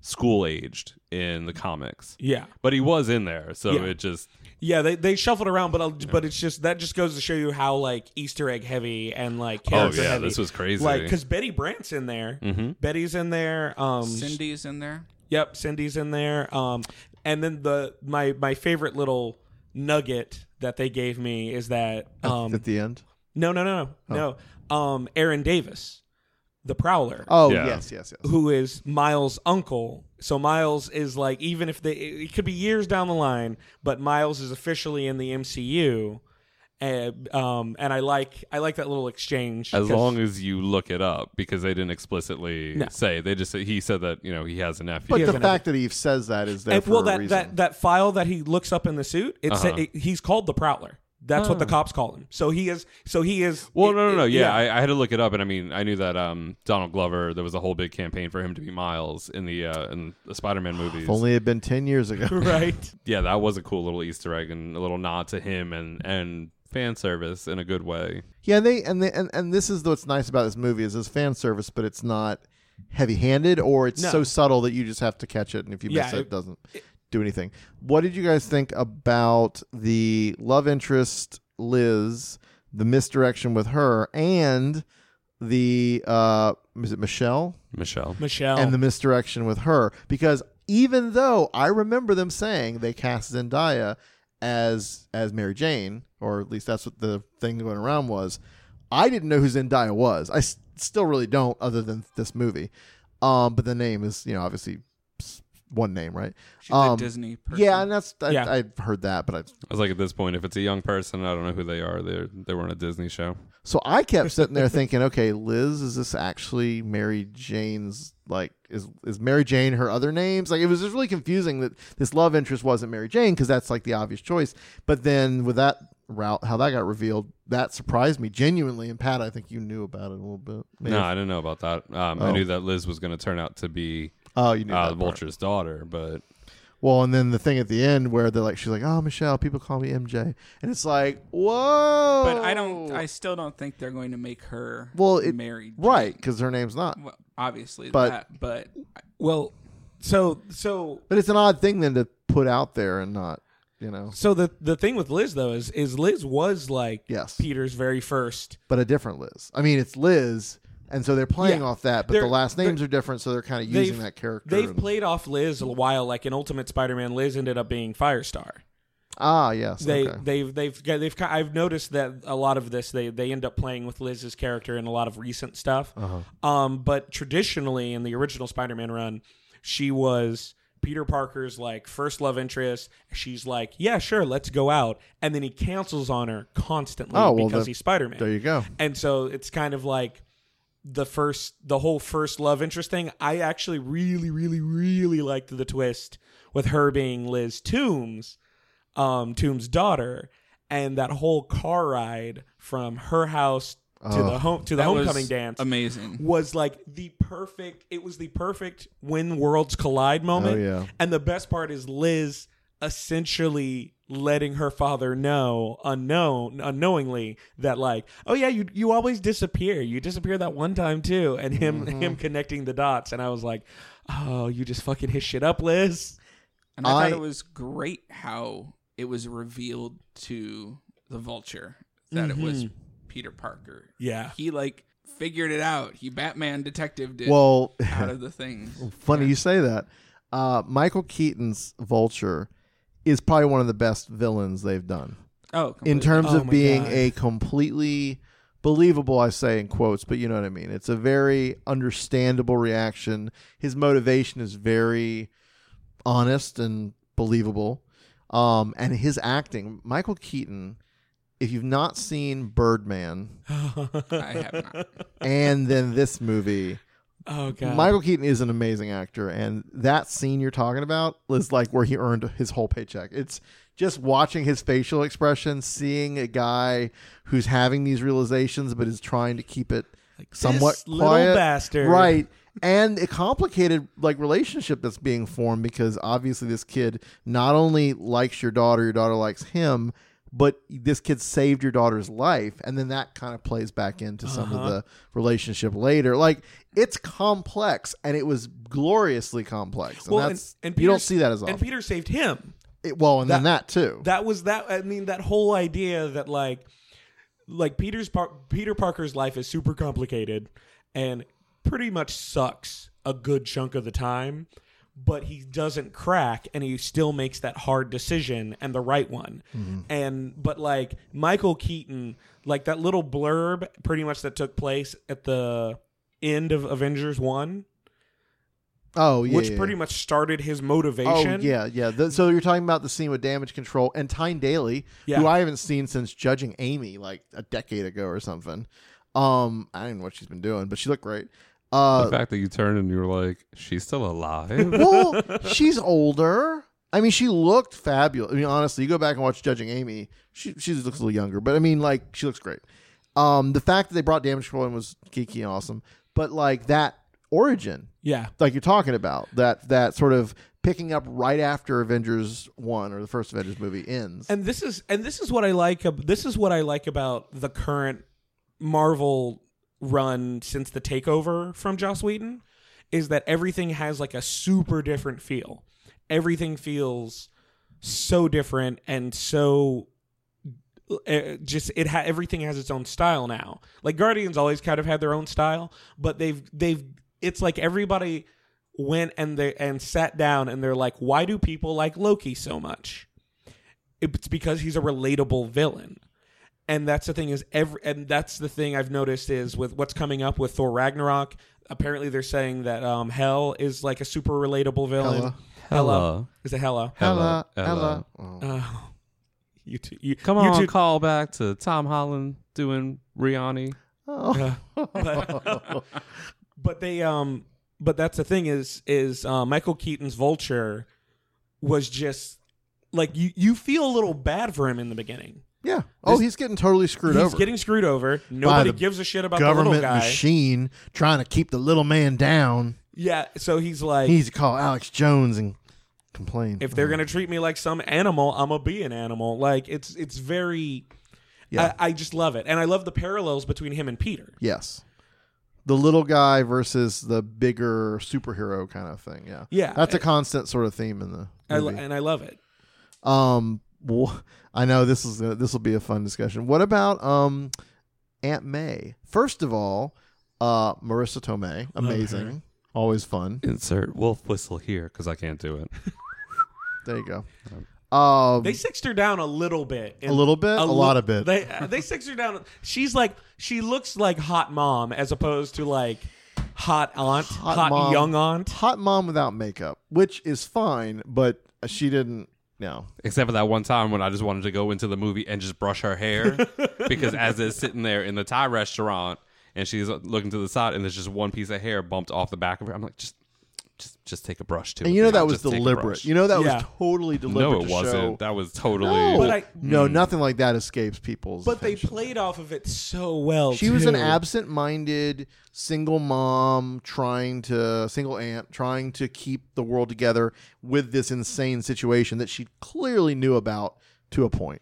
Speaker 2: school aged in the comics,
Speaker 4: Yeah.
Speaker 2: but he was in there. So
Speaker 4: Yeah.
Speaker 2: it just oh,
Speaker 4: Yeah, they, they shuffled around, but I'll, but it's just that just goes to show you how like Easter egg heavy and like character
Speaker 2: oh yeah,
Speaker 4: heavy.
Speaker 2: this was crazy.
Speaker 4: like because Betty Brant's in there,
Speaker 2: Mhm.
Speaker 4: Betty's in there, um,
Speaker 5: Cindy's in there.
Speaker 4: Yep, Cindy's in there. Um, and then the my my favorite little nugget that they gave me is that um
Speaker 3: at Oh, the end.
Speaker 4: no no no no no um Aaron Davis, the Prowler
Speaker 3: Oh
Speaker 2: Yeah.
Speaker 3: yes, yes, yes.
Speaker 4: who is Miles' uncle. So Miles is like, even if they, it could be years down the line, but Miles is officially in the MCU. And, um, and I like, I like that little exchange.
Speaker 2: as
Speaker 4: 'cause-
Speaker 2: long as you look it up because they didn't explicitly
Speaker 4: No.
Speaker 2: say they just he said that you know he has a nephew.
Speaker 3: But
Speaker 4: Yeah,
Speaker 3: the
Speaker 4: but-
Speaker 3: fact that Eve says that is there
Speaker 4: and,
Speaker 3: for
Speaker 4: well,
Speaker 3: a
Speaker 4: that,
Speaker 3: reason.
Speaker 4: that, that file that he looks up in the suit, it's,
Speaker 2: Uh-huh. Ah.
Speaker 4: it, he's called the Prowler. That's what the cops call him. So he is, so he is.
Speaker 2: Well,
Speaker 4: it-
Speaker 2: no, no, no.
Speaker 4: it-
Speaker 2: Yeah, I, I had to look it up, and I mean, I knew that um, Donald Glover. There was a whole big campaign for him to be Miles in the uh, in the Spider-Man movies.
Speaker 3: if only it had been ten years ago.
Speaker 4: right.
Speaker 2: yeah, that was a cool little Easter egg and a little nod to him and and fan service in a good way.
Speaker 3: Yeah, and they and they and, and this is what's nice about this movie is this fan service, but it's not heavy handed or it's
Speaker 4: No.
Speaker 3: so subtle that you just have to catch it and if you miss
Speaker 4: Yeah,
Speaker 3: it, it
Speaker 4: it-
Speaker 3: doesn't do anything. What did you guys think about the love interest Liz, the misdirection with her, and the uh is it Michelle?
Speaker 2: Michelle,
Speaker 4: Michelle.
Speaker 3: and the misdirection with her because even though I remember them saying they cast Zendaya as as Mary Jane, or at least that's what the thing going around was, I didn't know who Zendaya was. I s- still really don't, other than this movie. Um, but the name is you know obviously s- one name, right?
Speaker 5: She's
Speaker 3: Um,
Speaker 5: a Disney person.
Speaker 3: Yeah, and that's I,
Speaker 4: Yeah.
Speaker 3: I've heard that, but I
Speaker 2: I was like, at this point, if it's a young person, I don't know who they are. They they were on a Disney show.
Speaker 3: So I kept sitting there thinking, okay, Liz, is this actually Mary Jane's? Like, is is Mary Jane her other names? Like, it was just really confusing that this love interest wasn't Mary Jane because that's like the obvious choice. But then with that route, how that got revealed, that surprised me genuinely. And Pat, I think you knew about it a little bit. Maybe-
Speaker 2: No, I didn't know about that. Um,
Speaker 3: Oh.
Speaker 2: I knew that Liz was going to turn out to be
Speaker 3: oh, you knew
Speaker 2: uh,
Speaker 3: that part.
Speaker 2: Vulture's daughter, but
Speaker 3: Well, and then the thing at the end where they're like, she's like, oh, Michelle, people call me MJ, and it's like, whoa.
Speaker 5: But I don't. I still don't think they're going to make her
Speaker 3: Well, it-
Speaker 5: married.
Speaker 3: right because her name's not.
Speaker 5: Well, obviously,
Speaker 3: But-
Speaker 5: that. But
Speaker 4: well, so, so
Speaker 3: But it's an odd thing then to put out there and not, you know.
Speaker 4: So the the thing with Liz though is is Liz was like
Speaker 3: Yes.
Speaker 4: Peter's very first.
Speaker 3: but a different Liz. I mean, it's Liz, and so they're playing
Speaker 4: Yeah.
Speaker 3: off that, but
Speaker 4: They're-
Speaker 3: the last
Speaker 4: they're-
Speaker 3: names are different, so they're kind of using
Speaker 4: They've-
Speaker 3: that character.
Speaker 4: They've
Speaker 3: and-
Speaker 4: played off Liz a while. Like in Ultimate Spider-Man, Liz ended up being Firestar.
Speaker 3: ah, yes,
Speaker 4: They
Speaker 3: okay.
Speaker 4: they've they've got- they've ki- I've noticed that a lot of this they they end up playing with Liz's character in a lot of recent stuff.
Speaker 3: Uh-huh.
Speaker 4: Um, but traditionally in the original Spider-Man run, she was Peter Parker's like first love interest. She's like, yeah, sure, let's go out, and then he cancels on her constantly
Speaker 3: Oh, well,
Speaker 4: because
Speaker 3: the-
Speaker 4: he's Spider-Man.
Speaker 3: there you go.
Speaker 4: And so it's kind of like the first, the whole first love interest thing. I actually really, really, really liked the twist with her being Liz Toombs, um, Toombs' daughter, and that whole car ride from her house to
Speaker 3: Oh.
Speaker 4: the home to the
Speaker 5: that
Speaker 4: homecoming
Speaker 5: was
Speaker 4: dance
Speaker 5: amazing.
Speaker 4: was like the perfect. It was the perfect when worlds collide moment.
Speaker 3: Oh yeah,
Speaker 4: And the best part is Liz essentially letting her father know unknown unknowingly that like oh yeah you you always disappear you disappear that one time too and him
Speaker 3: Mm-hmm.
Speaker 4: him connecting the dots and i was like oh you just fucking his shit up liz
Speaker 5: And I,
Speaker 3: I-
Speaker 5: thought it was great how it was revealed to the vulture that it was Peter Parker.
Speaker 4: Mm-hmm. Yeah.
Speaker 5: He like figured it out. He Batman detective did
Speaker 3: Well,
Speaker 5: out of the things.
Speaker 3: funny you say that. Uh, Michael Keaton's Vulture is probably one of the best villains they've done
Speaker 5: Oh,
Speaker 3: in terms
Speaker 4: Oh
Speaker 3: of
Speaker 4: my
Speaker 3: being
Speaker 4: God.
Speaker 3: a completely believable. I say in quotes, but you know what I mean. It's a very understandable reaction. His motivation is very honest and believable. Um, and his acting, Michael Keaton. If you've not seen Birdman
Speaker 5: I have not.
Speaker 3: and then this movie,
Speaker 4: Oh god.
Speaker 3: Michael Keaton is an amazing actor, and that scene you're talking about is like where he earned his whole paycheck. It's just watching his facial expression, seeing a guy who's having these realizations but is trying to keep it somewhat
Speaker 4: this little
Speaker 3: quiet.
Speaker 4: bastard.
Speaker 3: right? And a complicated like relationship that's being formed because obviously this kid not only likes your daughter, your daughter likes him, but this kid saved your daughter's life, and then that kind of plays back into some
Speaker 4: Uh-huh.
Speaker 3: of the relationship later. Like it's complex, and it was gloriously complex. And
Speaker 4: Well, and,
Speaker 3: that's
Speaker 4: and
Speaker 3: you don't
Speaker 4: Peter-
Speaker 3: see that as often.
Speaker 4: And Peter saved him.
Speaker 3: It- well, and then that too.
Speaker 4: That was that. I mean, that whole idea that like, like Peter's par- Peter Parker's life is super complicated, and pretty much sucks a good chunk of the time. But he doesn't crack, and he still makes that hard decision and the right one.
Speaker 3: Mm-hmm.
Speaker 4: And but like Michael Keaton, like that little blurb, pretty much that took place at the end of Avengers One,
Speaker 3: oh yeah,
Speaker 4: which
Speaker 3: yeah,
Speaker 4: pretty
Speaker 3: yeah.
Speaker 4: much started his
Speaker 3: Oh
Speaker 4: motivation.
Speaker 3: yeah, yeah. The- so you're talking about the scene with damage control and Tyne Daly,
Speaker 4: Yeah.
Speaker 3: who I haven't seen since judging Amy like a decade ago or something. Um, I don't know what she's been doing, but she looked great.
Speaker 2: The
Speaker 3: Uh,
Speaker 2: fact that you turned and you were like, she's still alive.
Speaker 3: well, she's older. I mean, she looked fabulous. I mean, honestly, you go back and watch Judging Amy, she she looks a little younger, but I mean, like she looks great. Um, the fact that they brought damage control in was geeky and awesome, but like that origin
Speaker 4: yeah.
Speaker 3: like you're talking about that that sort of picking up right after Avengers one or the first Avengers movie ends.
Speaker 4: And this is and this is what I like. ab- This is what I like about the current Marvel run since the takeover from Joss Whedon is that everything has like a super different feel. Everything feels so different and so uh, just it ha- everything has its own style now. Like Guardians always kind of had their own style, but they've they've it's like everybody went and they and sat down and they're like, why do people like Loki so much? It's because he's a relatable villain. And that's the thing is every and that's the thing I've noticed is with what's coming up with Thor Ragnarok. Apparently they're saying that um, Hell is like a super relatable villain.
Speaker 3: Hela.
Speaker 2: Hela.
Speaker 4: Is it Hella?
Speaker 2: Hella, Hella.
Speaker 3: Oh.
Speaker 4: Oh, you two. You,
Speaker 2: Come
Speaker 4: you
Speaker 2: on,
Speaker 4: two-
Speaker 2: call back to Tom Holland doing Rihanna.
Speaker 4: uh,
Speaker 3: Oh.
Speaker 4: but, but they um but that's the thing is is uh, Michael Keaton's Vulture was just like you you feel a little bad for him in the beginning.
Speaker 3: yeah. Oh, he's getting totally screwed
Speaker 4: He's
Speaker 3: over.
Speaker 4: getting screwed over. Nobody
Speaker 3: the
Speaker 4: gives a shit about the
Speaker 3: Government
Speaker 4: little guy.
Speaker 3: machine trying to keep the little man down.
Speaker 4: Yeah, so he's like
Speaker 3: He needs to call Alex Jones and complain.
Speaker 4: if they're
Speaker 3: Oh.
Speaker 4: gonna treat me like some animal, I'm gonna be an animal. Like it's it's very
Speaker 3: Yeah.
Speaker 4: I, I just love it. And I love the parallels between him and Peter.
Speaker 3: Yes. The little guy versus the bigger superhero kind of thing. Yeah.
Speaker 4: Yeah.
Speaker 3: That's a constant sort of theme in the
Speaker 4: I, lo-
Speaker 3: movie.
Speaker 4: and I love it.
Speaker 3: Um, wh- I know this is gonna- this will be a fun discussion. What about um, Aunt May? First of all, uh, Marissa Tomei, amazing, always fun.
Speaker 2: Insert wolf whistle here because I can't do it.
Speaker 3: There you go. Um,
Speaker 4: They sixed her down a little bit. in-
Speaker 3: a little bit, a,
Speaker 4: li-
Speaker 3: lot of bit.
Speaker 4: They uh, they six her down. She's like she looks like hot mom as opposed to like hot aunt, hot,
Speaker 3: mom.
Speaker 4: young aunt.
Speaker 3: Hot mom without makeup, which is fine, but she didn't. No,
Speaker 2: Except for that one time when I just wanted to go into the movie and just brush her hair because as it's sitting there in the Thai restaurant and she's uh, looking to the side and there's just one piece of hair bumped off the back of her. I'm like, just, just, just take a brush to
Speaker 3: and
Speaker 2: it,
Speaker 3: you know
Speaker 2: man.
Speaker 3: that was
Speaker 2: Just take a
Speaker 3: deliberate.
Speaker 2: brush."
Speaker 3: You know that
Speaker 4: Yeah.
Speaker 3: was totally deliberate.
Speaker 2: no, it
Speaker 3: to
Speaker 2: wasn't.
Speaker 3: show-
Speaker 2: That was totally.
Speaker 3: no,
Speaker 4: But I-
Speaker 3: no, nothing like that escapes people's.
Speaker 4: But they
Speaker 3: attention.
Speaker 4: played off of it so well.
Speaker 3: She was an
Speaker 4: too.
Speaker 3: absent-minded single mom trying to single aunt trying to keep the world together with this insane situation that she clearly knew about to a point.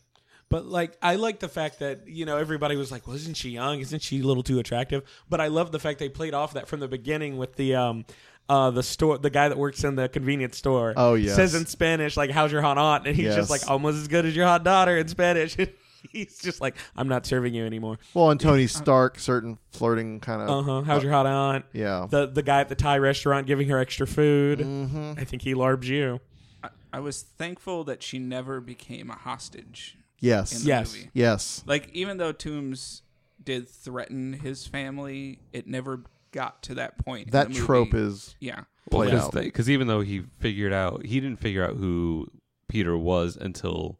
Speaker 4: But like I like the fact that you know everybody was like, "Well, isn't she young? Isn't she a little too attractive?" But I love the fact they played off that from the beginning with the um uh, the store, the guy that works in the convenience store,
Speaker 3: Oh, yes.
Speaker 4: says in Spanish like "How's your hot aunt?" and he's
Speaker 3: Yes.
Speaker 4: just like almost as good as your hot daughter in Spanish. he's just like, "I'm not serving you anymore."
Speaker 3: Well, and Tony
Speaker 4: Uh-huh.
Speaker 3: Stark, certain flirting kind of.
Speaker 4: Uh huh. How's your hot aunt?
Speaker 3: Yeah.
Speaker 4: The the guy at the Thai restaurant giving her extra food.
Speaker 2: Mm-hmm.
Speaker 3: hmm
Speaker 4: I think he larbed you.
Speaker 5: I, I was thankful that she never became a hostage in
Speaker 3: Yes.
Speaker 5: the
Speaker 4: Yes.
Speaker 5: movie.
Speaker 3: Yes.
Speaker 5: Like even though Toombs did threaten his family, it never got to that point. in
Speaker 3: That
Speaker 5: the movie.
Speaker 3: trope is
Speaker 5: yeah.
Speaker 3: played out.
Speaker 2: Because even though he figured out, he didn't figure out who Peter was until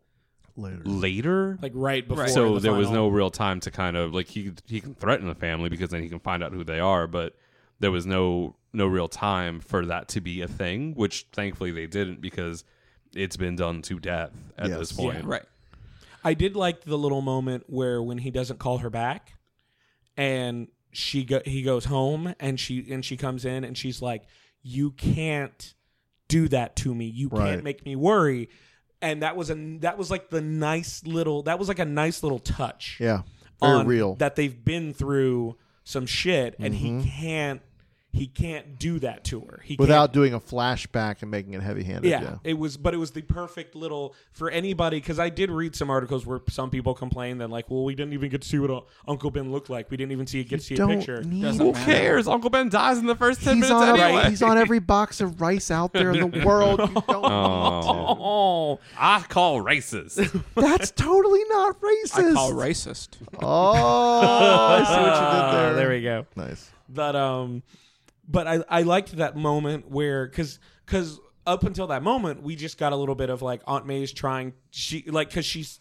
Speaker 3: later.
Speaker 2: later.
Speaker 4: Like right before.
Speaker 5: Right.
Speaker 2: so
Speaker 4: the
Speaker 2: there was
Speaker 4: final-
Speaker 2: no real time to kind of like he he can threaten the family because then he can find out who they are, but there was no no real time for that to be a thing, which thankfully they didn't because it's been done to death at
Speaker 3: Yes.
Speaker 2: this point.
Speaker 5: Right.
Speaker 4: I did like the little moment where when he doesn't call her back, and she go, he goes home, and she and she comes in, and she's like, "You can't do that to me. You
Speaker 3: Right.
Speaker 4: can't make me worry." And that was a that was like the nice little that was like a nice little touch.
Speaker 3: Yeah. Very
Speaker 4: on-
Speaker 3: real. Mm-hmm.
Speaker 4: that they've been through some shit, and he can't he can't do that to her. He can't
Speaker 3: Without doing a flashback and making it heavy handed.
Speaker 4: yeah,
Speaker 3: Yeah.
Speaker 4: it was, but it was the perfect little for anybody because I did read some articles where some people complained that like, well, we didn't even get to see what uh, Uncle Ben looked like. We didn't even see get to see a
Speaker 3: Don't
Speaker 4: picture.
Speaker 3: need-
Speaker 5: Doesn't
Speaker 2: Who
Speaker 5: matter.
Speaker 2: cares? Uncle Ben dies in the first ten
Speaker 3: he's,
Speaker 2: minutes
Speaker 3: on
Speaker 2: anyway.
Speaker 3: every, he's on every box of rice out there in the world. You don't
Speaker 2: Oh.
Speaker 4: Oh,
Speaker 2: I call racist.
Speaker 3: need to. That's totally not racist.
Speaker 5: I call racist.
Speaker 3: Oh, I see
Speaker 2: Ah,
Speaker 3: what you did there.
Speaker 4: there we go.
Speaker 3: Nice.
Speaker 4: That um, but I I liked that moment where because because up until that moment we just got a little bit of like Aunt May's trying she like because she's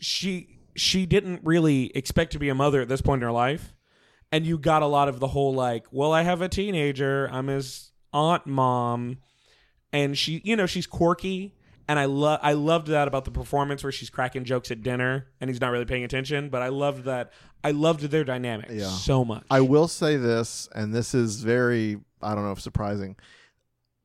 Speaker 4: she she didn't really expect to be a mother at this point in her life and you got a lot of the whole like well i have a teenager i'm his aunt mom and she you know she's quirky and i love i loved that about the performance where she's cracking jokes at dinner and he's not really paying attention but i loved that i loved their dynamic
Speaker 3: Yeah.
Speaker 4: so much
Speaker 3: I will say this, and this is very, I don't know if surprising.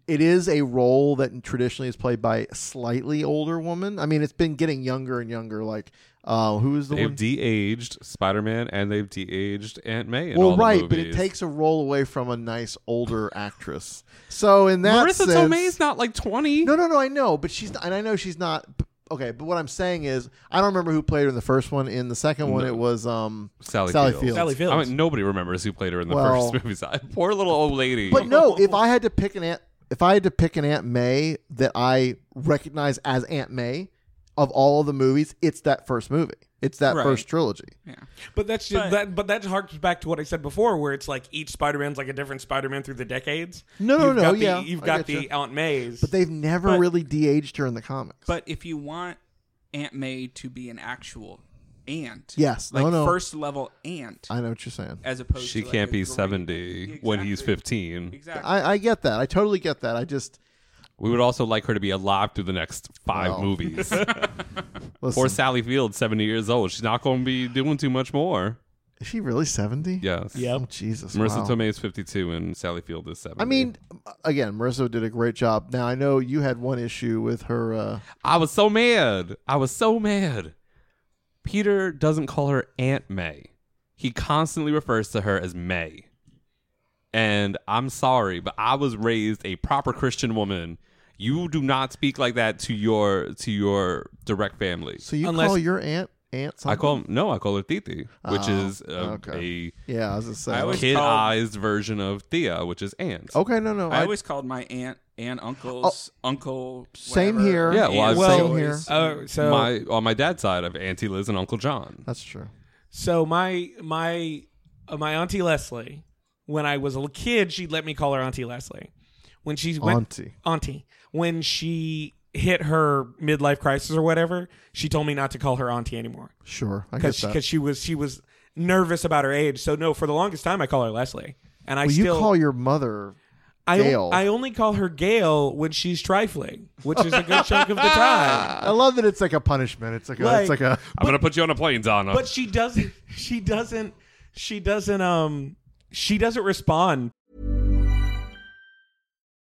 Speaker 3: It is a role that traditionally is played by a slightly older woman. I mean, it's been getting younger and younger. Like, uh, who is the
Speaker 2: they've
Speaker 3: one?
Speaker 2: de-aged Spider-Man and they've de-aged Aunt May. In
Speaker 3: well,
Speaker 2: all the
Speaker 3: right, but it
Speaker 2: movies.
Speaker 3: takes a role away from a nice older actress. So in that
Speaker 2: Marissa
Speaker 3: sense,
Speaker 2: Tomei's not like twenty.
Speaker 3: No, no, no. I know, but she's and I know she's not. Okay, but what I'm saying is, I don't remember who played her in the first one. In the second one, it was um,
Speaker 2: Sally,
Speaker 3: Sally
Speaker 2: Fields.
Speaker 3: Fields.
Speaker 4: Sally Fields.
Speaker 2: I mean, nobody remembers who played her in the
Speaker 3: Well-
Speaker 2: first movie. Poor little old lady.
Speaker 3: But no, if I had to pick an aunt, if I had to pick an Aunt May that I recognize as Aunt May of all of the movies, it's that first movie. It's that
Speaker 5: Right.
Speaker 3: first trilogy.
Speaker 4: But that's just, that. But that harks back to what I said before, where it's like each Spider-Man's like a different Spider-Man through the decades.
Speaker 3: No, no,
Speaker 4: You've
Speaker 3: no,
Speaker 4: got the-
Speaker 3: yeah,
Speaker 4: you've
Speaker 3: I
Speaker 4: got
Speaker 3: getcha.
Speaker 4: the Aunt May's.
Speaker 3: But they've never
Speaker 5: But-
Speaker 3: really de-aged her in the comics.
Speaker 5: But if you want Aunt May to be an actual aunt,
Speaker 3: Yes. No,
Speaker 5: like
Speaker 3: no.
Speaker 5: first level aunt,
Speaker 3: I know what you're saying.
Speaker 5: as opposed
Speaker 2: she
Speaker 5: to like,
Speaker 2: can't
Speaker 5: a
Speaker 2: be
Speaker 5: grade-
Speaker 2: seventy when he's
Speaker 5: Exactly.
Speaker 2: fifteen.
Speaker 5: Exactly.
Speaker 3: I, I get that. I totally get that. I just
Speaker 2: We would also like her to be alive through the next five
Speaker 3: Well.
Speaker 2: movies.
Speaker 3: listen.
Speaker 2: Poor Sally Fields, seventy years old. She's not going to be doing too much more.
Speaker 3: is she really seventy?
Speaker 2: Yes.
Speaker 3: Oh Jesus.
Speaker 2: Marissa
Speaker 3: wow.
Speaker 2: Tomei is fifty-two and Sally Field is seventy.
Speaker 3: I mean, again, Marissa did a great job. Now I know you had one issue with her. Uh,
Speaker 2: I was so mad. I was so mad. Peter doesn't call her Aunt May. He constantly refers to her as May. And I'm sorry, but I was raised a proper Christian woman. You do not speak like that to your to your direct family.
Speaker 3: so you
Speaker 4: Unless-
Speaker 3: call your aunt aunt something?
Speaker 2: I call no, I call her Titi, which
Speaker 3: Oh,
Speaker 2: is uh,
Speaker 3: okay. Yeah, I was Oh. just saying.
Speaker 5: I
Speaker 2: a
Speaker 5: always called-
Speaker 2: kid-eyed version of Thea, which is aunt.
Speaker 3: okay, no, no.
Speaker 5: I always called my aunt and uncles uncle.
Speaker 3: Oh. Same
Speaker 5: whatever,
Speaker 3: here.
Speaker 2: Yeah, well,
Speaker 5: aunt
Speaker 2: I've-
Speaker 5: always.
Speaker 3: Same here.
Speaker 4: Oh, so
Speaker 2: my on my dad's side, I have Auntie Liz and Uncle John.
Speaker 3: That's true.
Speaker 4: so my my uh, my auntie Leslie. When I was a little kid, she'd let me call her Auntie Leslie. When she went
Speaker 3: Auntie.
Speaker 4: auntie when she hit her midlife crisis or whatever, she told me not to call her auntie anymore
Speaker 3: Sure. I get
Speaker 4: because
Speaker 3: that.
Speaker 4: because she was she was nervous about her age. So no, for the longest time, I call her Leslie. And I
Speaker 3: Well, you
Speaker 4: still
Speaker 3: call your mother.
Speaker 4: I,
Speaker 3: Gail.
Speaker 4: I only call her Gail when she's trifling, which is a good chunk of the time.
Speaker 3: I love that it's like a punishment. It's like, a, it's like a.
Speaker 4: Like-
Speaker 2: I'm gonna put you on a plane, Donna.
Speaker 4: But she doesn't. She doesn't. She doesn't. Um. She doesn't respond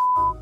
Speaker 6: a-"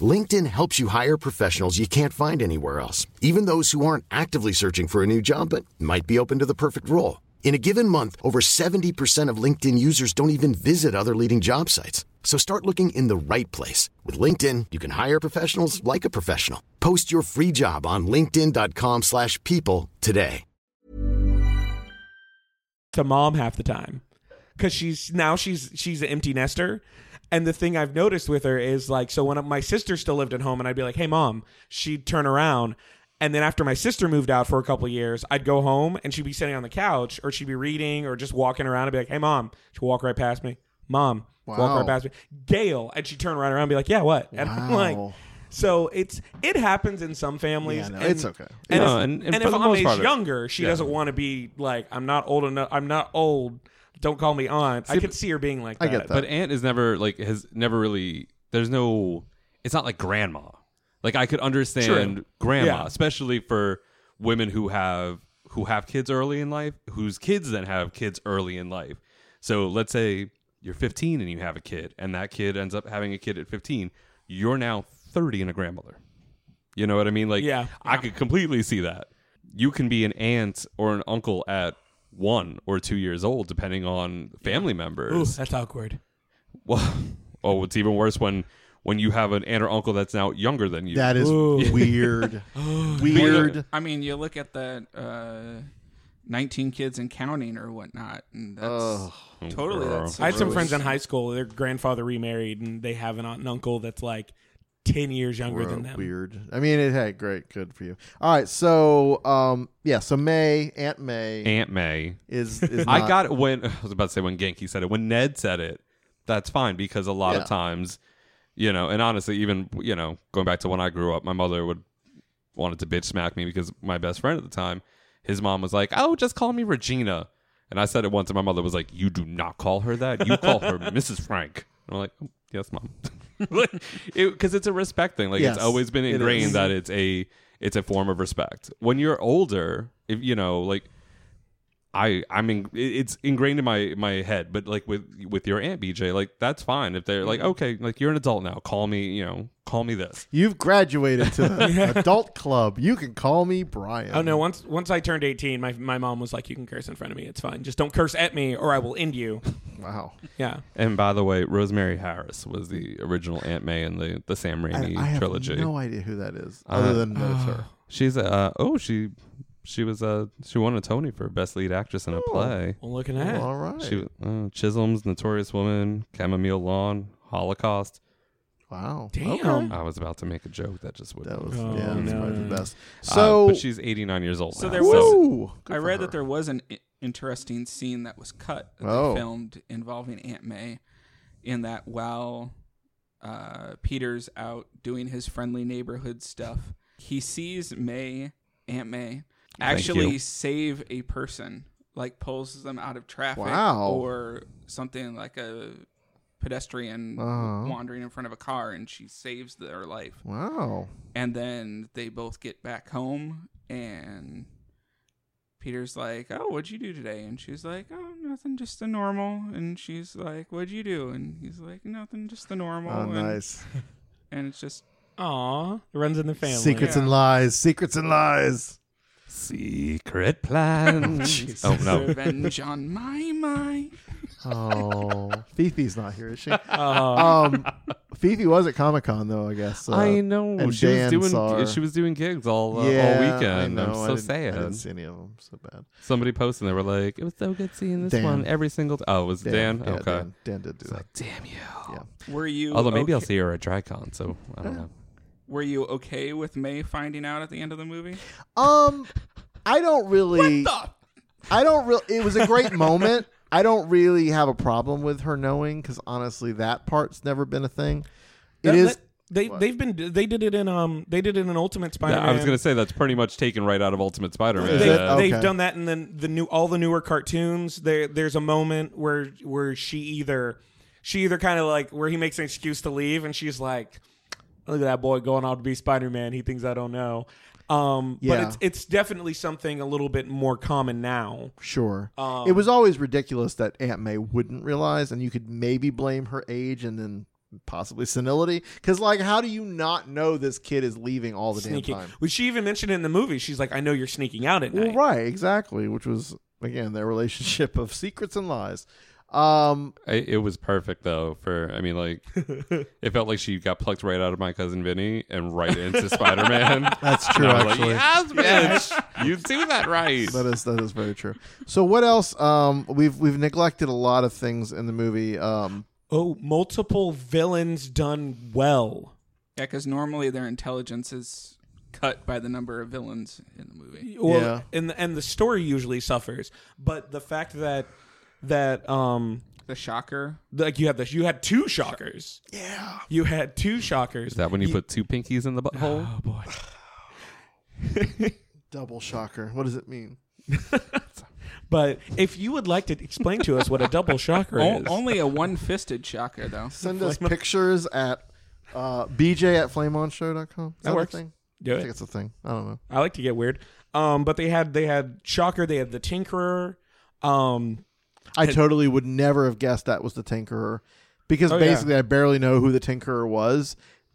Speaker 7: LinkedIn helps you hire professionals you can't find anywhere else, even those who aren't actively searching for a new job but might be open to the perfect role. In a given month, over 70% of LinkedIn users don't even visit other leading job sites. So start looking in the right place. With LinkedIn, you can hire professionals like a professional. Post your free job on linkedin.com/people slash people today.
Speaker 4: to mom half the time because she's now she's she's an empty nester and the thing i've noticed with her is like so when my sister still lived at home and i'd be like hey mom she'd turn around and then after my sister moved out for a couple of years i'd go home and she'd be sitting on the couch or she'd be reading or just walking around and be like hey mom she'd walk right past me mom
Speaker 3: Wow.
Speaker 4: walk right past me gail and she'd turn right around and be like yeah what and i'm like
Speaker 3: Wow.
Speaker 4: so it's it happens in some families
Speaker 3: Yeah, no,
Speaker 4: and-
Speaker 3: it's okay.
Speaker 4: and,
Speaker 2: No,
Speaker 4: if,
Speaker 2: and-
Speaker 4: and,
Speaker 2: and for
Speaker 4: if
Speaker 2: the
Speaker 4: I'm
Speaker 2: most
Speaker 4: age
Speaker 2: part, it-
Speaker 4: younger, she
Speaker 2: yeah.
Speaker 4: doesn't want to be like, I'm not old enough. I'm not old. Don't call me aunt. I
Speaker 2: See,
Speaker 4: could see her being like that.
Speaker 3: I get
Speaker 2: But aunt is never like has never really. There's no. It's not like grandma. Like I could understand grandma,
Speaker 4: Yeah.
Speaker 2: especially for women who have who have kids early in life, whose kids then have kids early in life. So let's say you're 15 and you have a kid, and that kid ends up having a kid at 15. You're now 30 and a grandmother. You know what I mean? Like,
Speaker 4: Yeah.
Speaker 2: I could completely see that. You can be an aunt or an uncle at one or two years old, depending on family members.
Speaker 4: that's awkward.
Speaker 2: Well, oh, it's even worse when when you have an aunt or uncle that's now younger than you.
Speaker 3: That is
Speaker 4: Ooh.
Speaker 3: weird.
Speaker 2: Yeah.
Speaker 3: weird.
Speaker 5: I mean, you look at the uh, 19 kids and counting or whatnot, and that's
Speaker 3: Ugh.
Speaker 5: totally.
Speaker 2: Oh, Girl.
Speaker 5: That's
Speaker 4: I had some
Speaker 5: gross.
Speaker 4: friends in high school. Their grandfather remarried, and they have an aunt and uncle that's like ten years younger
Speaker 3: Bro,
Speaker 4: than them.
Speaker 3: Weird. I mean, it hey, great, good for you. All right, so um, yeah, so May, Aunt May
Speaker 2: Aunt May.
Speaker 3: is is
Speaker 2: I
Speaker 3: not-
Speaker 2: got it when I was about to say when Genki said it. When Ned said it, that's fine because a lot
Speaker 3: Yeah.
Speaker 2: of times, you know, and honestly, even you know, going back to when I grew up, my mother would wanted to bitch smack me because my best friend at the time, his mom was like, "Oh, just call me Regina," and I said it once, and my mother was like, "You do not call her that. You call her Mrs. Frank." And I'm like, "Oh, "Yes, mom," because it's a respect thing. Like
Speaker 3: Yes,
Speaker 2: it's always been
Speaker 3: it
Speaker 2: ingrained
Speaker 3: is.
Speaker 2: that it's a it's a form of respect. When you're older, if you know, like I I'm in, it- it's ingrained in my my head, but like with with your aunt BJ, like that's fine if they're
Speaker 3: Mm-hmm.
Speaker 2: like okay, like you're an adult now, call me, you know, call me this.
Speaker 3: You've graduated to the adult club. You can call me Brian.
Speaker 4: Oh no! Once once I turned eighteen, my my mom was like, "You can curse in front of me. It's fine. Just don't curse at me, or I will end you."
Speaker 3: Wow.
Speaker 4: Yeah.
Speaker 2: And by the way, Rosemary Harris was the original Aunt May in the the Sam
Speaker 3: I,
Speaker 2: Raimi
Speaker 3: I have
Speaker 2: trilogy.
Speaker 3: no idea who that is, other
Speaker 2: Uh,
Speaker 3: than that it's her.
Speaker 2: She's uh oh she she was uh she won a Tony for best lead actress in
Speaker 3: Oh,
Speaker 2: a play.
Speaker 4: Well, looking at
Speaker 3: All right.
Speaker 2: She uh, Chisholm's Notorious Woman, Chamomile Lawn, Holocaust.
Speaker 3: Wow.
Speaker 4: Damn.
Speaker 3: Okay.
Speaker 2: I was about to make a joke that just wouldn't.
Speaker 3: That was
Speaker 4: Oh,
Speaker 3: yeah, that's
Speaker 4: no.
Speaker 3: probably the best.
Speaker 2: Uh,
Speaker 3: So
Speaker 2: but she's 89 years old.
Speaker 5: So
Speaker 2: now,
Speaker 5: there was-
Speaker 3: Woo! Good
Speaker 5: I
Speaker 3: for her.
Speaker 5: read that there was an i- interesting scene that was cut that
Speaker 3: Oh.
Speaker 5: they filmed involving Aunt May, in that while uh, Peter's out doing his friendly neighborhood stuff, he sees May, Aunt May, actually
Speaker 2: you.
Speaker 5: save a person, like pulls them out of traffic
Speaker 3: Wow.
Speaker 5: or something like a pedestrian
Speaker 3: Uh-huh.
Speaker 5: wandering in front of a car, and she saves their life
Speaker 3: Wow.
Speaker 5: and then they both get back home and peter's like oh what'd you do today and she's like oh nothing just the normal and she's like what'd you do and he's like nothing just the normal
Speaker 3: Oh,
Speaker 5: and,
Speaker 3: nice.
Speaker 5: and it's just
Speaker 4: Aw, it runs in the family.
Speaker 3: Secrets and lies. Secrets and lies.
Speaker 2: Secret plans. oh, no.
Speaker 5: revenge on my mind
Speaker 3: Oh, Fifi's not here, is she?
Speaker 4: Oh,
Speaker 3: Um, Fifi was at Comic Con though, I guess. uh, so-
Speaker 2: I know.
Speaker 3: and
Speaker 2: she
Speaker 3: Dan
Speaker 2: was
Speaker 3: saw her.
Speaker 2: doing she was doing gigs all uh,
Speaker 3: yeah,
Speaker 2: all weekend.
Speaker 3: I
Speaker 2: I'm
Speaker 3: know. I
Speaker 2: so
Speaker 3: didn't- I didn't
Speaker 2: sad.
Speaker 3: see any of them. So bad.
Speaker 2: Somebody posted they were like, It was so good seeing this
Speaker 3: Dan.
Speaker 2: one every single time. Oh, it was Dan?
Speaker 3: Yeah,
Speaker 2: okay.
Speaker 3: Dan, Oh, Dan did do that.
Speaker 2: Damn you.
Speaker 5: were you
Speaker 2: Although maybe I'll
Speaker 5: okay-
Speaker 2: see her at DryCon, so I don't know.
Speaker 5: were you okay with may finding out at the end of the movie
Speaker 3: Um, I don't really. I don't really. It was a great moment. I don't really have a problem with her knowing because honestly, that part's never been a thing. It
Speaker 4: That-
Speaker 3: is.
Speaker 4: that- they they've been they did it in um they did it in Ultimate Spider-Man.
Speaker 2: I was going to say that's pretty much taken right out of Ultimate Spider-Man.
Speaker 4: They,
Speaker 2: Yeah.
Speaker 4: They've
Speaker 3: oh, Okay.
Speaker 4: done that in the the new all the newer cartoons. There there's a moment where where she either she either kind of like where he makes an excuse to leave and she's like, look at that boy going out to be Spider Man. He thinks I don't know. Um,
Speaker 3: Yeah.
Speaker 4: but it's it's definitely something a little bit more common now.
Speaker 3: Sure.
Speaker 4: Um,
Speaker 3: it was always ridiculous that Aunt May wouldn't realize, and you could maybe blame her age and then possibly senility. Because, like, how do you not know this kid is leaving all the
Speaker 4: sneaking.
Speaker 3: damn time?
Speaker 4: Well, she even mentioned it in the movie. She's like, I know you're sneaking out at
Speaker 3: Well,
Speaker 4: night.
Speaker 3: right, exactly. Which was again their relationship of secrets and lies. Um,
Speaker 2: I, it was perfect though. For I mean, like it felt like she got plucked right out of my cousin Vinny and right into Spider-Man.
Speaker 3: that's true.
Speaker 2: And I was
Speaker 3: actually,
Speaker 2: like, yes, bitch, you do that right.
Speaker 3: that is that is very true. So, what else? Um, we've we've neglected a lot of things in the movie. Um,
Speaker 4: Oh, multiple villains done well.
Speaker 5: Yeah, because normally their intelligence is cut by the number of villains in the movie.
Speaker 4: well,
Speaker 3: Yeah.
Speaker 4: and and the story usually suffers, but the fact that that um
Speaker 5: The Shocker.
Speaker 4: like you had this you had two shockers. Yeah. You had two shockers.
Speaker 2: Is that when you put two pinkies in the butthole?
Speaker 4: Oh boy.
Speaker 3: double shocker. What does it mean?
Speaker 4: But if you would like to explain to us what a double shocker
Speaker 5: O-
Speaker 4: is.
Speaker 5: only a one-fisted Shocker, though.
Speaker 3: Send us pictures at uh, bj at flameonshow.com. Is
Speaker 4: That
Speaker 3: a
Speaker 4: works.
Speaker 3: thing?
Speaker 4: Do
Speaker 3: I think
Speaker 4: it.
Speaker 3: it's a thing. I don't know.
Speaker 4: I like to get weird. Um but they had they had shocker, they had the tinkerer. Um
Speaker 3: I totally would never have guessed that was the Tinkerer because
Speaker 4: Oh, yeah.
Speaker 3: basically I barely know who the Tinkerer was.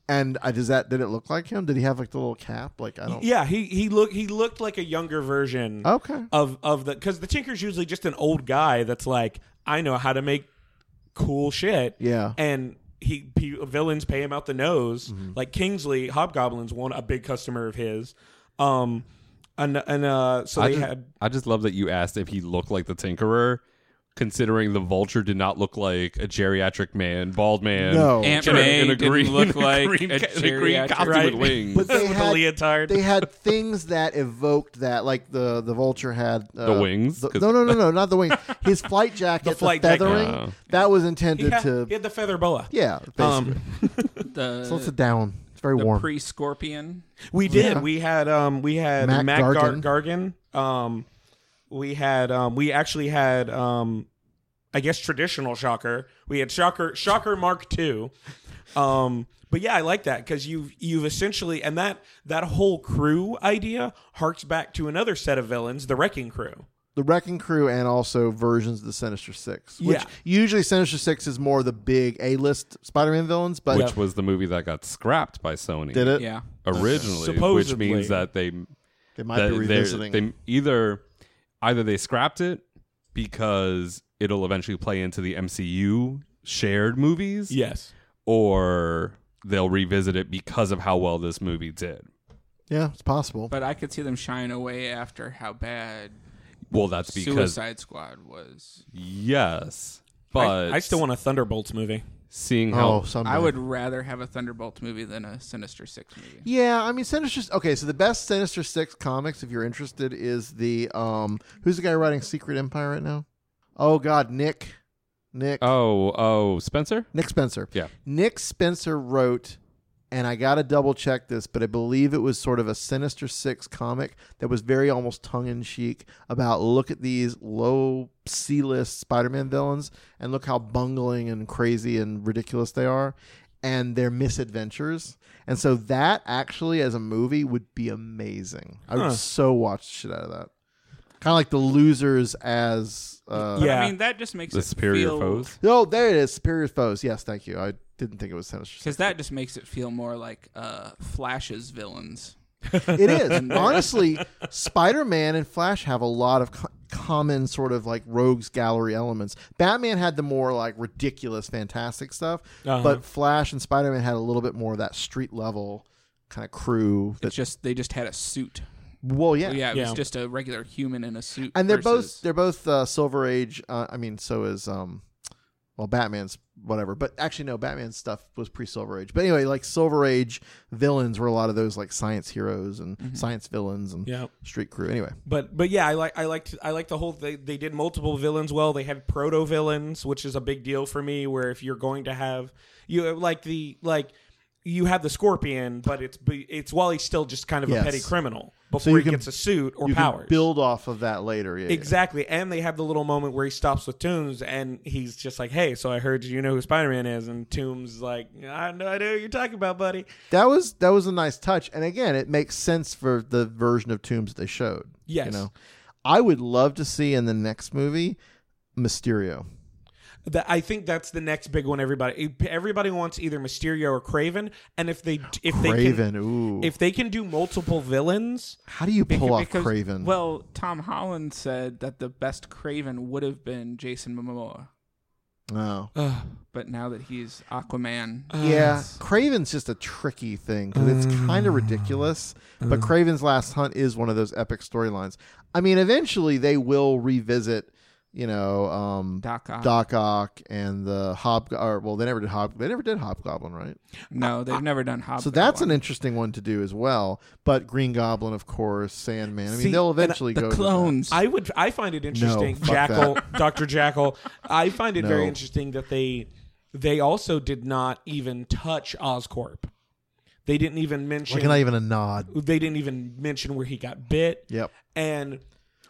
Speaker 3: And I, does that did it look like him? Did he have like the little cap? Like I don't.
Speaker 4: yeah, he he looked he looked like a younger version
Speaker 3: Okay.
Speaker 4: of of the cuz the tinkerer's usually just an old guy that's like I know how to make cool shit.
Speaker 3: Yeah. Mm-hmm.
Speaker 4: and he, he villains pay him out the nose. Like Kingsley, Hobgoblin's one a big customer of his. Um, and and uh, so
Speaker 2: I
Speaker 4: they
Speaker 2: just,
Speaker 4: had
Speaker 2: I just love that you asked if he looked like the Tinkerer, considering the Vulture did not look like a geriatric man, bald man.
Speaker 3: No.
Speaker 5: Aunt
Speaker 2: in a-
Speaker 5: May
Speaker 2: in a
Speaker 5: didn't
Speaker 2: green-
Speaker 5: look
Speaker 2: in a
Speaker 5: like
Speaker 2: green
Speaker 5: a
Speaker 2: ca- in a green
Speaker 5: geriatric-
Speaker 2: costume
Speaker 4: Right.
Speaker 2: with wings.
Speaker 3: But they
Speaker 4: with
Speaker 3: had-
Speaker 4: a leotard.
Speaker 3: They had things that evoked that, like the the vulture had uh,
Speaker 2: The wings?
Speaker 3: the-
Speaker 2: 'Cause-
Speaker 3: no, no, no, no, not the wings. His flight jacket, the,
Speaker 4: flight jacket.
Speaker 3: feathering,
Speaker 2: Oh.
Speaker 3: that was
Speaker 4: he,
Speaker 3: intended
Speaker 4: had,
Speaker 3: to,
Speaker 4: he had the feather boa.
Speaker 3: yeah. Basically.
Speaker 4: Um,
Speaker 5: The,
Speaker 3: so it's a down. It's very
Speaker 5: the
Speaker 3: warm.
Speaker 5: pre-Scorpion.
Speaker 4: we did.
Speaker 3: Yeah.
Speaker 4: We had um, we had
Speaker 3: Mac
Speaker 4: Mac, Gar-
Speaker 3: Gargan.
Speaker 4: Gargan. Um, we had um, we actually had um, I guess traditional shocker. We had shocker shocker Mark two. Um, but yeah, I like that because you've you've essentially and that that whole crew idea harks back to another set of villains, the Wrecking Crew.
Speaker 3: the Wrecking Crew and also versions of the Sinister Six. Which
Speaker 4: Yeah.
Speaker 3: usually Sinister Six is more the big A list Spider Man villains, but
Speaker 2: Which was the movie that got scrapped by Sony
Speaker 3: did it?
Speaker 5: Yeah.
Speaker 2: originally, which
Speaker 4: Supposedly.
Speaker 2: means that they
Speaker 3: They might be
Speaker 2: that they're-
Speaker 3: revisiting.
Speaker 2: They either either they scrapped it because it'll eventually play into the MCU shared movies,
Speaker 4: Yes.
Speaker 2: or they'll revisit it because of how well this movie did.
Speaker 3: yeah, it's possible.
Speaker 5: But I could see them shying away after how bad
Speaker 2: Well, that's because
Speaker 5: Suicide Squad was.
Speaker 2: yes, but
Speaker 4: I, I still want a Thunderbolts movie.
Speaker 2: seeing how
Speaker 3: oh, someday.
Speaker 5: I would rather have a Thunderbolt movie than a Sinister Six movie.
Speaker 3: Yeah, I mean Sinister. Okay, so the best Sinister Six comics, if you're interested, is the um. Who's the guy writing Secret Empire right now? Oh God, Nick, Nick,
Speaker 2: oh oh Spencer.
Speaker 3: Nick Spencer.
Speaker 2: Yeah.
Speaker 3: Nick Spencer wrote, and I got to double check this, but I believe it was sort of a Sinister Six comic that was very almost tongue in cheek about look at these low C list Spider Man villains and look how bungling and crazy and ridiculous they are and their misadventures. And so that actually, as a movie, would be amazing. I would
Speaker 4: Huh.
Speaker 3: so watch the shit out of that. Kind of like the losers as. Uh,
Speaker 5: But,
Speaker 4: Yeah.
Speaker 5: I mean, that just makes
Speaker 2: The
Speaker 5: it
Speaker 2: superior
Speaker 5: feel,
Speaker 2: foes.
Speaker 3: Oh, there it is. Superior foes. Yes, thank you. I didn't think it was Sinister Six.
Speaker 5: Because that just makes it feel more like uh, Flash's villains.
Speaker 3: It is. Honestly, Spider Man and Flash have a lot of co- common sort of like rogues gallery elements. Batman had the more like ridiculous, fantastic stuff,
Speaker 4: Uh-huh.
Speaker 3: but Flash and Spider Man had a little bit more of that street level kind of crew. That,
Speaker 5: It's just they just had a suit.
Speaker 3: well, yeah.
Speaker 5: Yeah, it was
Speaker 4: Yeah.
Speaker 5: just a regular human in a suit.
Speaker 3: And they're
Speaker 5: versus-
Speaker 3: both they're both uh, Silver Age. Uh, I mean, so is um, well, Batman's whatever, but actually no, Batman's stuff was pre Silver Age. But anyway, like Silver Age villains were a lot of those like science heroes and science villains and
Speaker 4: Mm-hmm. Yep.
Speaker 3: street crew. Anyway,
Speaker 4: But but yeah, I like I liked I liked the whole they they did multiple villains well. They had proto villains, which is a big deal for me. Where if you're going to have you like the like you have the Scorpion, but it's it's while he's still just kind of
Speaker 3: Yes.
Speaker 4: a petty criminal before
Speaker 3: you
Speaker 4: he
Speaker 3: can-
Speaker 4: gets a suit or
Speaker 3: you can
Speaker 4: powers.
Speaker 3: build off of that later. Yeah, yeah.
Speaker 4: Exactly. And they have the little moment where he stops with Toombs and he's just like, Hey, so I heard you know who Spider Man is and Toombs is like, I have no idea what you're talking about, buddy.
Speaker 3: That was that was a nice touch, and again, it makes sense for the version of Tombs that they showed. you
Speaker 4: Yes.
Speaker 3: know, I would love to see in the next movie Mysterio.
Speaker 4: That I think that's the next big one everybody e, everybody wants either Mysterio or Craven. And if they if
Speaker 3: Craven,
Speaker 4: they can,
Speaker 3: ooh.
Speaker 4: if they can do multiple villains
Speaker 3: How do you pull off
Speaker 5: Because-
Speaker 3: Craven?
Speaker 5: Well, Tom Holland said that the best Craven would have been Jason Momoa,
Speaker 3: no.
Speaker 5: but now that he's Aquaman,
Speaker 3: Yeah,
Speaker 5: it's-
Speaker 3: Craven's just a tricky thing because it's kind
Speaker 5: Mm.
Speaker 3: of ridiculous. But Craven's Last Hunt is one of those epic storylines. I mean, eventually they will revisit, you know, um,
Speaker 5: Doc Ock.
Speaker 3: Doc Ock and the Hob. Or well, they never did Hob. They never did Hobgoblin, right?
Speaker 5: No, they've never done Hobgoblin.
Speaker 3: so that's an interesting one to do as well. But Green Goblin, of course, Sandman. I mean,
Speaker 4: See,
Speaker 3: they'll
Speaker 4: and uh,
Speaker 3: eventually
Speaker 5: uh, the
Speaker 3: go to that.
Speaker 5: clones.
Speaker 4: I would. I find it interesting.
Speaker 3: fuck
Speaker 4: Jackal, Doctor Jackal. I find it
Speaker 3: No.
Speaker 4: very interesting that they they also did not even touch Oscorp. They didn't even mention.
Speaker 3: Like not even a nod.
Speaker 4: they didn't even mention where he got bit.
Speaker 3: Yep.
Speaker 4: And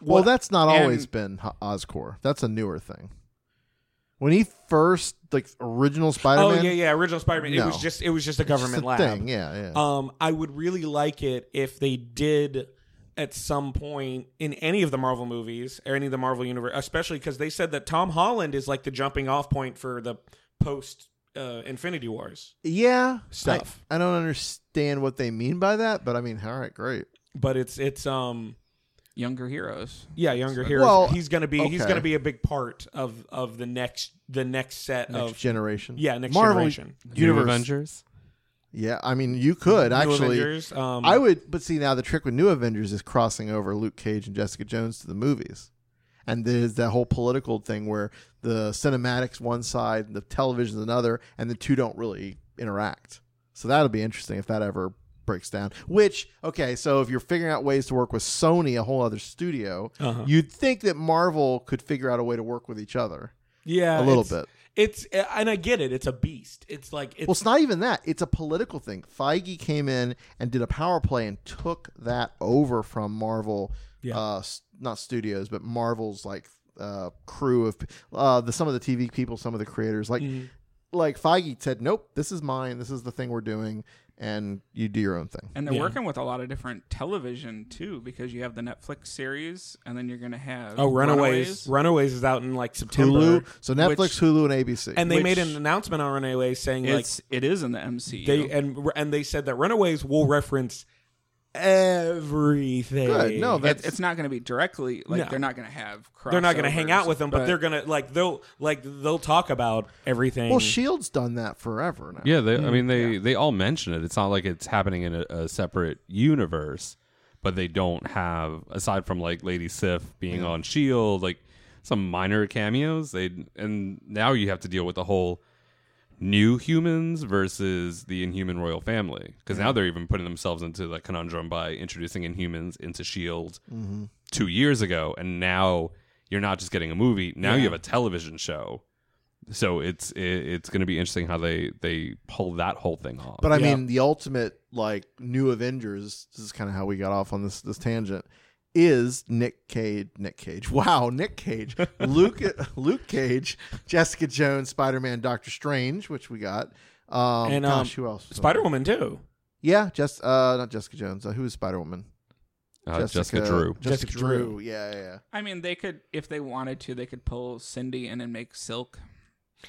Speaker 3: Well,
Speaker 4: what-
Speaker 3: that's not
Speaker 5: and-
Speaker 3: always been Ho- Oscorp. That's a newer thing. When he first like original Spider-Man,
Speaker 4: oh yeah yeah original Spider Man.
Speaker 3: No.
Speaker 4: It was just it was just a
Speaker 3: It's just
Speaker 4: government
Speaker 3: a
Speaker 4: lab.
Speaker 3: thing. Yeah, yeah.
Speaker 4: Um, I would really like it if they did at some point in any of the Marvel movies or any of the Marvel universe, especially because they said that Tom Holland is like the jumping off point for the post uh, Infinity Wars
Speaker 3: yeah.
Speaker 4: stuff.
Speaker 3: I, I don't understand what they mean by that, but I mean, all right, great.
Speaker 4: but it's it's um
Speaker 5: younger heroes.
Speaker 4: yeah younger heroes.
Speaker 3: Well,
Speaker 4: he's gonna be he's
Speaker 3: okay.
Speaker 4: gonna be a big part of of the next the next set
Speaker 3: Next
Speaker 4: of
Speaker 3: generation.
Speaker 4: yeah next
Speaker 3: Marvel
Speaker 4: generation.
Speaker 2: New
Speaker 3: Universe.
Speaker 2: Avengers.
Speaker 3: Yeah, I mean, you could
Speaker 4: New
Speaker 3: actually.
Speaker 4: Avengers, um,
Speaker 3: I would, but see now the trick with New Avengers is crossing over Luke Cage and Jessica Jones to the movies, and there's that whole political thing where the cinematics one side, and the television's another, and the two don't really interact. So that'll be interesting if that ever breaks down. Which okay, so if you're figuring out ways to work with Sony, a whole other studio,
Speaker 4: Uh-huh.
Speaker 3: you'd think that Marvel could figure out a way to work with each other
Speaker 4: yeah
Speaker 3: a little
Speaker 4: it's-
Speaker 3: bit.
Speaker 4: It's and I get it. It's a beast. It's like it's
Speaker 3: Well, it's not even that. It's a political thing. Feige came in and did a power play and took that over from Marvel,
Speaker 4: Yeah.
Speaker 3: uh, s- not studios, but Marvel's like uh, crew of uh, the some of the TV people, some of the creators. Like,
Speaker 4: Mm-hmm.
Speaker 3: like Feige said, nope, this is mine. This is the thing we're doing, and you do your own thing.
Speaker 5: And they're
Speaker 4: Yeah.
Speaker 5: working with a lot of different television too, because you have the Netflix series, and then you're gonna have
Speaker 4: oh Runaways. Runaways is out in like September.
Speaker 3: Hulu, so Netflix,
Speaker 5: which-
Speaker 3: Hulu, and ABC.
Speaker 4: and they
Speaker 5: Which-
Speaker 4: made an announcement on Runaways saying like
Speaker 5: It's it is in the MCU.
Speaker 4: they and and they said that Runaways will reference everything.
Speaker 3: Good. No,
Speaker 5: It-
Speaker 3: that's
Speaker 5: it's not going to be directly like
Speaker 4: No.
Speaker 5: they're not going to have.
Speaker 4: they're not going to hang out with them,
Speaker 5: them,
Speaker 4: but, they're going to like they'll like they'll talk about everything.
Speaker 3: well, Shield's done that forever now.
Speaker 2: Yeah, they,
Speaker 4: Mm,
Speaker 2: I mean they they all mention it. It's not like it's happening in a, a separate universe, but they don't have aside from like Lady Sif being on Shield, E like some minor cameos. They and now you have to deal with the whole new humans versus the Inhuman royal family because
Speaker 3: Mm-hmm.
Speaker 2: now they're even putting themselves into the conundrum by introducing Inhumans into Shield E
Speaker 3: Mm-hmm.
Speaker 2: two years ago, and now you're not just getting a movie. Now you have a television show. So it's it, it's going to be interesting how they they pull that whole thing off.
Speaker 3: But I
Speaker 4: Yeah.
Speaker 3: mean, the ultimate like new Avengers. This is kind of how we got off on this this tangent. Is Nick Cage? Nick Cage. Wow, Nick Cage. Luke Luke Cage, Jessica Jones, Spider Man, Doctor Strange, which we got. Um,
Speaker 4: and um,
Speaker 3: gosh, who else? was on
Speaker 4: Spider
Speaker 3: there?
Speaker 4: Woman too.
Speaker 3: Yeah, just uh, not Jessica Jones. Uh, who is Spider Woman?
Speaker 2: uh, Jessica, Drew.
Speaker 3: Jessica,
Speaker 4: Jessica
Speaker 3: Drew.
Speaker 4: Drew.
Speaker 3: Yeah, yeah, yeah.
Speaker 5: I mean, they could if they wanted to, they could pull Cindy in and make Silk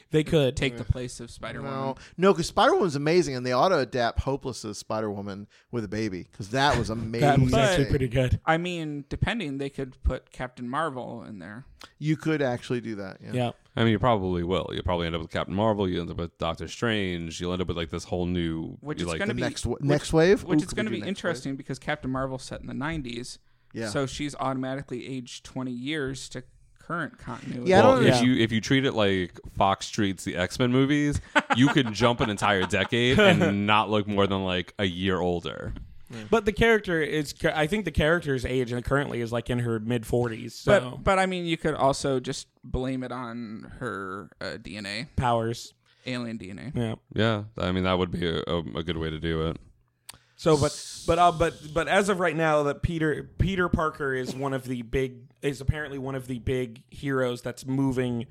Speaker 4: They could
Speaker 5: take the place of Spider Woman.
Speaker 3: No, no, because Spider Woman's amazing, and they auto adapt Hopeless as Spider Woman with a baby because that was amazing.
Speaker 4: That was actually
Speaker 5: But-
Speaker 4: pretty good.
Speaker 5: I mean, depending, they could put Captain Marvel in there.
Speaker 3: You could actually do that. Yeah.
Speaker 4: Yeah.
Speaker 2: I mean, you probably will. You'll probably end up with Captain Marvel. You end up with Doctor Strange. You'll end up with like this whole new
Speaker 5: Which
Speaker 2: you
Speaker 5: is
Speaker 2: like
Speaker 5: gonna
Speaker 3: The
Speaker 5: be-
Speaker 3: next wa-
Speaker 5: which-
Speaker 3: next wave, Ooh,
Speaker 5: which is
Speaker 3: could we
Speaker 5: going to
Speaker 3: do
Speaker 5: be
Speaker 3: next wave?
Speaker 5: interesting because Captain Marvel's set in the '90s,
Speaker 3: Yeah.
Speaker 5: so she's automatically aged 20 years to current continuity.
Speaker 3: Yeah, I
Speaker 2: well,
Speaker 3: don't-
Speaker 2: if
Speaker 3: yeah.
Speaker 2: you if you treat it like Fox treats the X Men movies, you could jump an entire decade and not look more than like a year older.
Speaker 4: But the character is, I think the character's age and currently is like in her mid 40s. So
Speaker 5: But but I mean, you could also just blame it on her uh, DNA,
Speaker 4: powers.
Speaker 5: alien DNA.
Speaker 4: Yeah.
Speaker 2: Yeah, I mean that would be a, a, a good way to do it.
Speaker 4: So, but but uh, but but as of right now, that Peter Peter Parker is one of the big is apparently one of the big heroes that's moving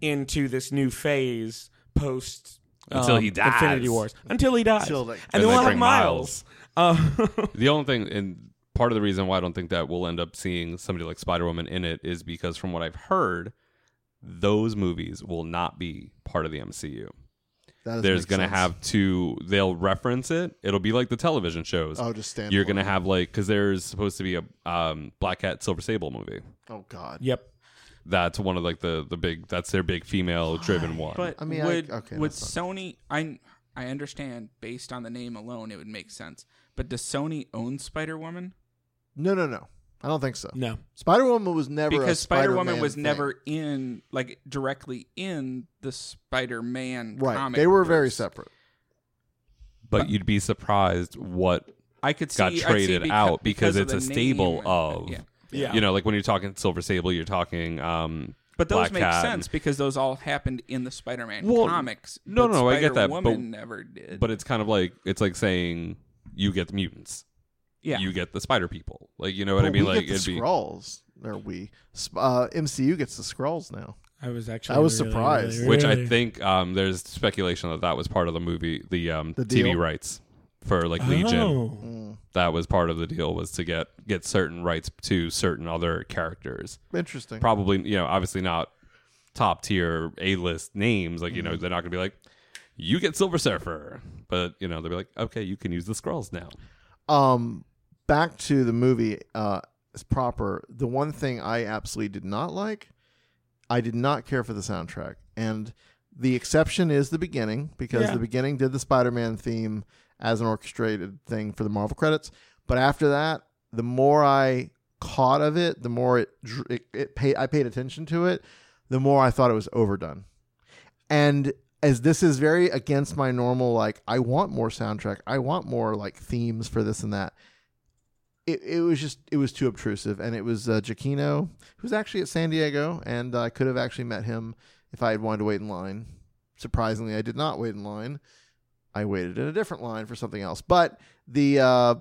Speaker 4: into this new phase post um,
Speaker 2: Until he dies.
Speaker 4: Infinity Wars until he dies,
Speaker 3: Until they-
Speaker 4: and then
Speaker 2: they
Speaker 4: we'll have
Speaker 2: bring
Speaker 4: Miles. Uh,
Speaker 2: The only thing, and part of the reason why I don't think that we'll end up seeing somebody like Spider Woman in it is because, from what I've heard, those movies will not be part of the MCU.
Speaker 3: That doesn't
Speaker 2: There's
Speaker 3: make
Speaker 2: going to
Speaker 3: sense.
Speaker 2: have to, they'll reference it. It'll be like the television shows.
Speaker 3: Oh, just stand.
Speaker 2: You're going to have like, because there's supposed to be a um, Black Cat Silver Sable movie.
Speaker 3: Oh God.
Speaker 4: yep.
Speaker 2: That's one of like the, the big, that's their big female driven one.
Speaker 5: But
Speaker 3: I mean, I-
Speaker 5: would
Speaker 3: okay,
Speaker 5: would
Speaker 3: that's
Speaker 5: Sony? I I understand based on the name alone, it would make sense. But does Sony own Spider Woman?
Speaker 3: No, no, no. I don't think so.
Speaker 4: No.
Speaker 3: Spider Woman was never a
Speaker 5: Because Spider Woman
Speaker 3: Spider-Man
Speaker 5: was
Speaker 3: thing.
Speaker 5: never in like directly in the Spider Man
Speaker 3: right.
Speaker 5: comic.
Speaker 3: they were
Speaker 5: books.
Speaker 3: very separate.
Speaker 2: but you'd be surprised what
Speaker 5: I could see
Speaker 2: got
Speaker 5: I'd see
Speaker 2: traded
Speaker 5: beca-
Speaker 2: out because,
Speaker 5: of
Speaker 2: it's
Speaker 5: the
Speaker 2: a
Speaker 5: name
Speaker 2: stable
Speaker 5: and-
Speaker 2: of
Speaker 5: yeah.
Speaker 4: Yeah.
Speaker 2: you know like when you're talking silver sable you're talking um
Speaker 5: But those
Speaker 2: Black
Speaker 5: make
Speaker 2: Cat.
Speaker 5: sense because those all happened in the Spider-Man
Speaker 2: Well,
Speaker 5: comics.
Speaker 2: no,
Speaker 5: but
Speaker 2: no, I get that, but-
Speaker 5: Spider-Woman never did.
Speaker 2: but it's kind of like it's like saying you get the mutants
Speaker 5: yeah,
Speaker 2: you get the spider people like you know what i
Speaker 3: But
Speaker 2: mean
Speaker 3: we
Speaker 2: like
Speaker 3: get the
Speaker 2: it'd be
Speaker 3: Skrulls. Or we Sp- uh, MCU gets the Skrulls now.
Speaker 4: I was actually
Speaker 3: I was
Speaker 4: really,
Speaker 3: surprised.
Speaker 4: really,
Speaker 2: which i
Speaker 4: really-
Speaker 2: think um there's speculation that that was part of the movie the um
Speaker 3: The
Speaker 2: tv
Speaker 3: deal. Mm.
Speaker 2: rights for like legion
Speaker 4: Oh.
Speaker 2: that was part of the deal was to get get certain rights to certain other characters
Speaker 3: Interesting.
Speaker 2: probably you know obviously not top tier a list names like you
Speaker 3: Mm-hmm.
Speaker 2: know they're not gonna be like you get silver surfer but you know they'll be like okay you can use the scrolls now
Speaker 3: um back to the movie uh as proper the one thing i absolutely did not like i did not care for the soundtrack and the exception is the beginning because
Speaker 4: Yeah.
Speaker 3: the beginning did the spider-man theme as an orchestrated thing for the marvel credits but after that the more i caught of it the more it dr- it, it paid i paid attention to it the more i thought it was overdone and as this is very against my normal, like, I want more soundtrack, I want more like themes for this and that. It, it was just it was too obtrusive, and it was uh, Giacchino, who's actually at San Diego, and I could have actually met him if I had wanted to wait in line. Surprisingly, I did not wait in line. I waited in a different line for something else. But the uh,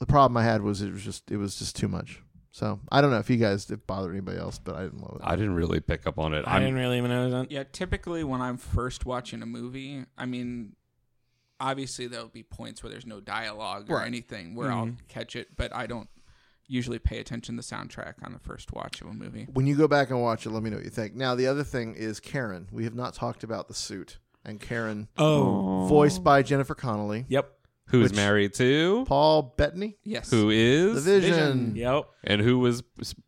Speaker 3: the problem I had was it was just it was just too much. So I don't know if you guys it bothered anybody else, but I didn't love it.
Speaker 2: i didn't really pick up on it
Speaker 4: I
Speaker 2: I'm-
Speaker 4: didn't really even know that.
Speaker 5: yeah. Typically, when I'm first watching a movie, I mean, obviously there'll be points where there's no dialogue or
Speaker 3: Right.
Speaker 5: anything where I'll
Speaker 2: Mm-hmm.
Speaker 5: catch it, but I don't usually pay attention to the soundtrack on the first watch of a movie.
Speaker 3: when you go back and watch it, let me know what you think. Now, the other thing is Karen. We have not talked about the suit and Karen,
Speaker 4: Oh.
Speaker 3: voiced by Jennifer Connelly,
Speaker 4: Yep.
Speaker 2: who's
Speaker 3: Which-
Speaker 2: married to
Speaker 3: Paul Bettany,
Speaker 5: Yes.
Speaker 2: who
Speaker 3: The
Speaker 2: is
Speaker 3: Vision.
Speaker 4: Yep.
Speaker 2: and who was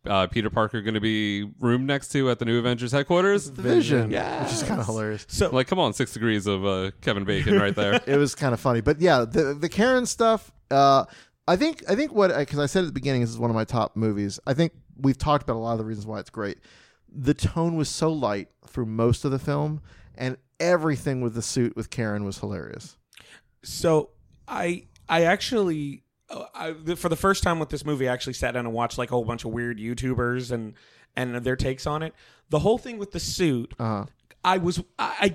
Speaker 2: uh, peter parker going to be roomed next to at the new avengers headquarters
Speaker 3: The Vision,
Speaker 2: Yes.
Speaker 3: which is kind of hilarious.
Speaker 4: So
Speaker 2: like come on six degrees of uh, kevin bacon right there
Speaker 3: It was kind of funny, but yeah, the the Karen stuff. Uh, I think I think what because I said at the beginning, this is one of my top movies. I think we've talked about a lot of the reasons why it's great. The tone was so light through most of the film, and everything with the suit with Karen was hilarious.
Speaker 4: so I I actually uh, I, for the first time with this movie, I actually sat down and watched like a whole bunch of weird YouTubers and and their takes on it. The whole thing with the suit,
Speaker 3: Uh,
Speaker 4: I was I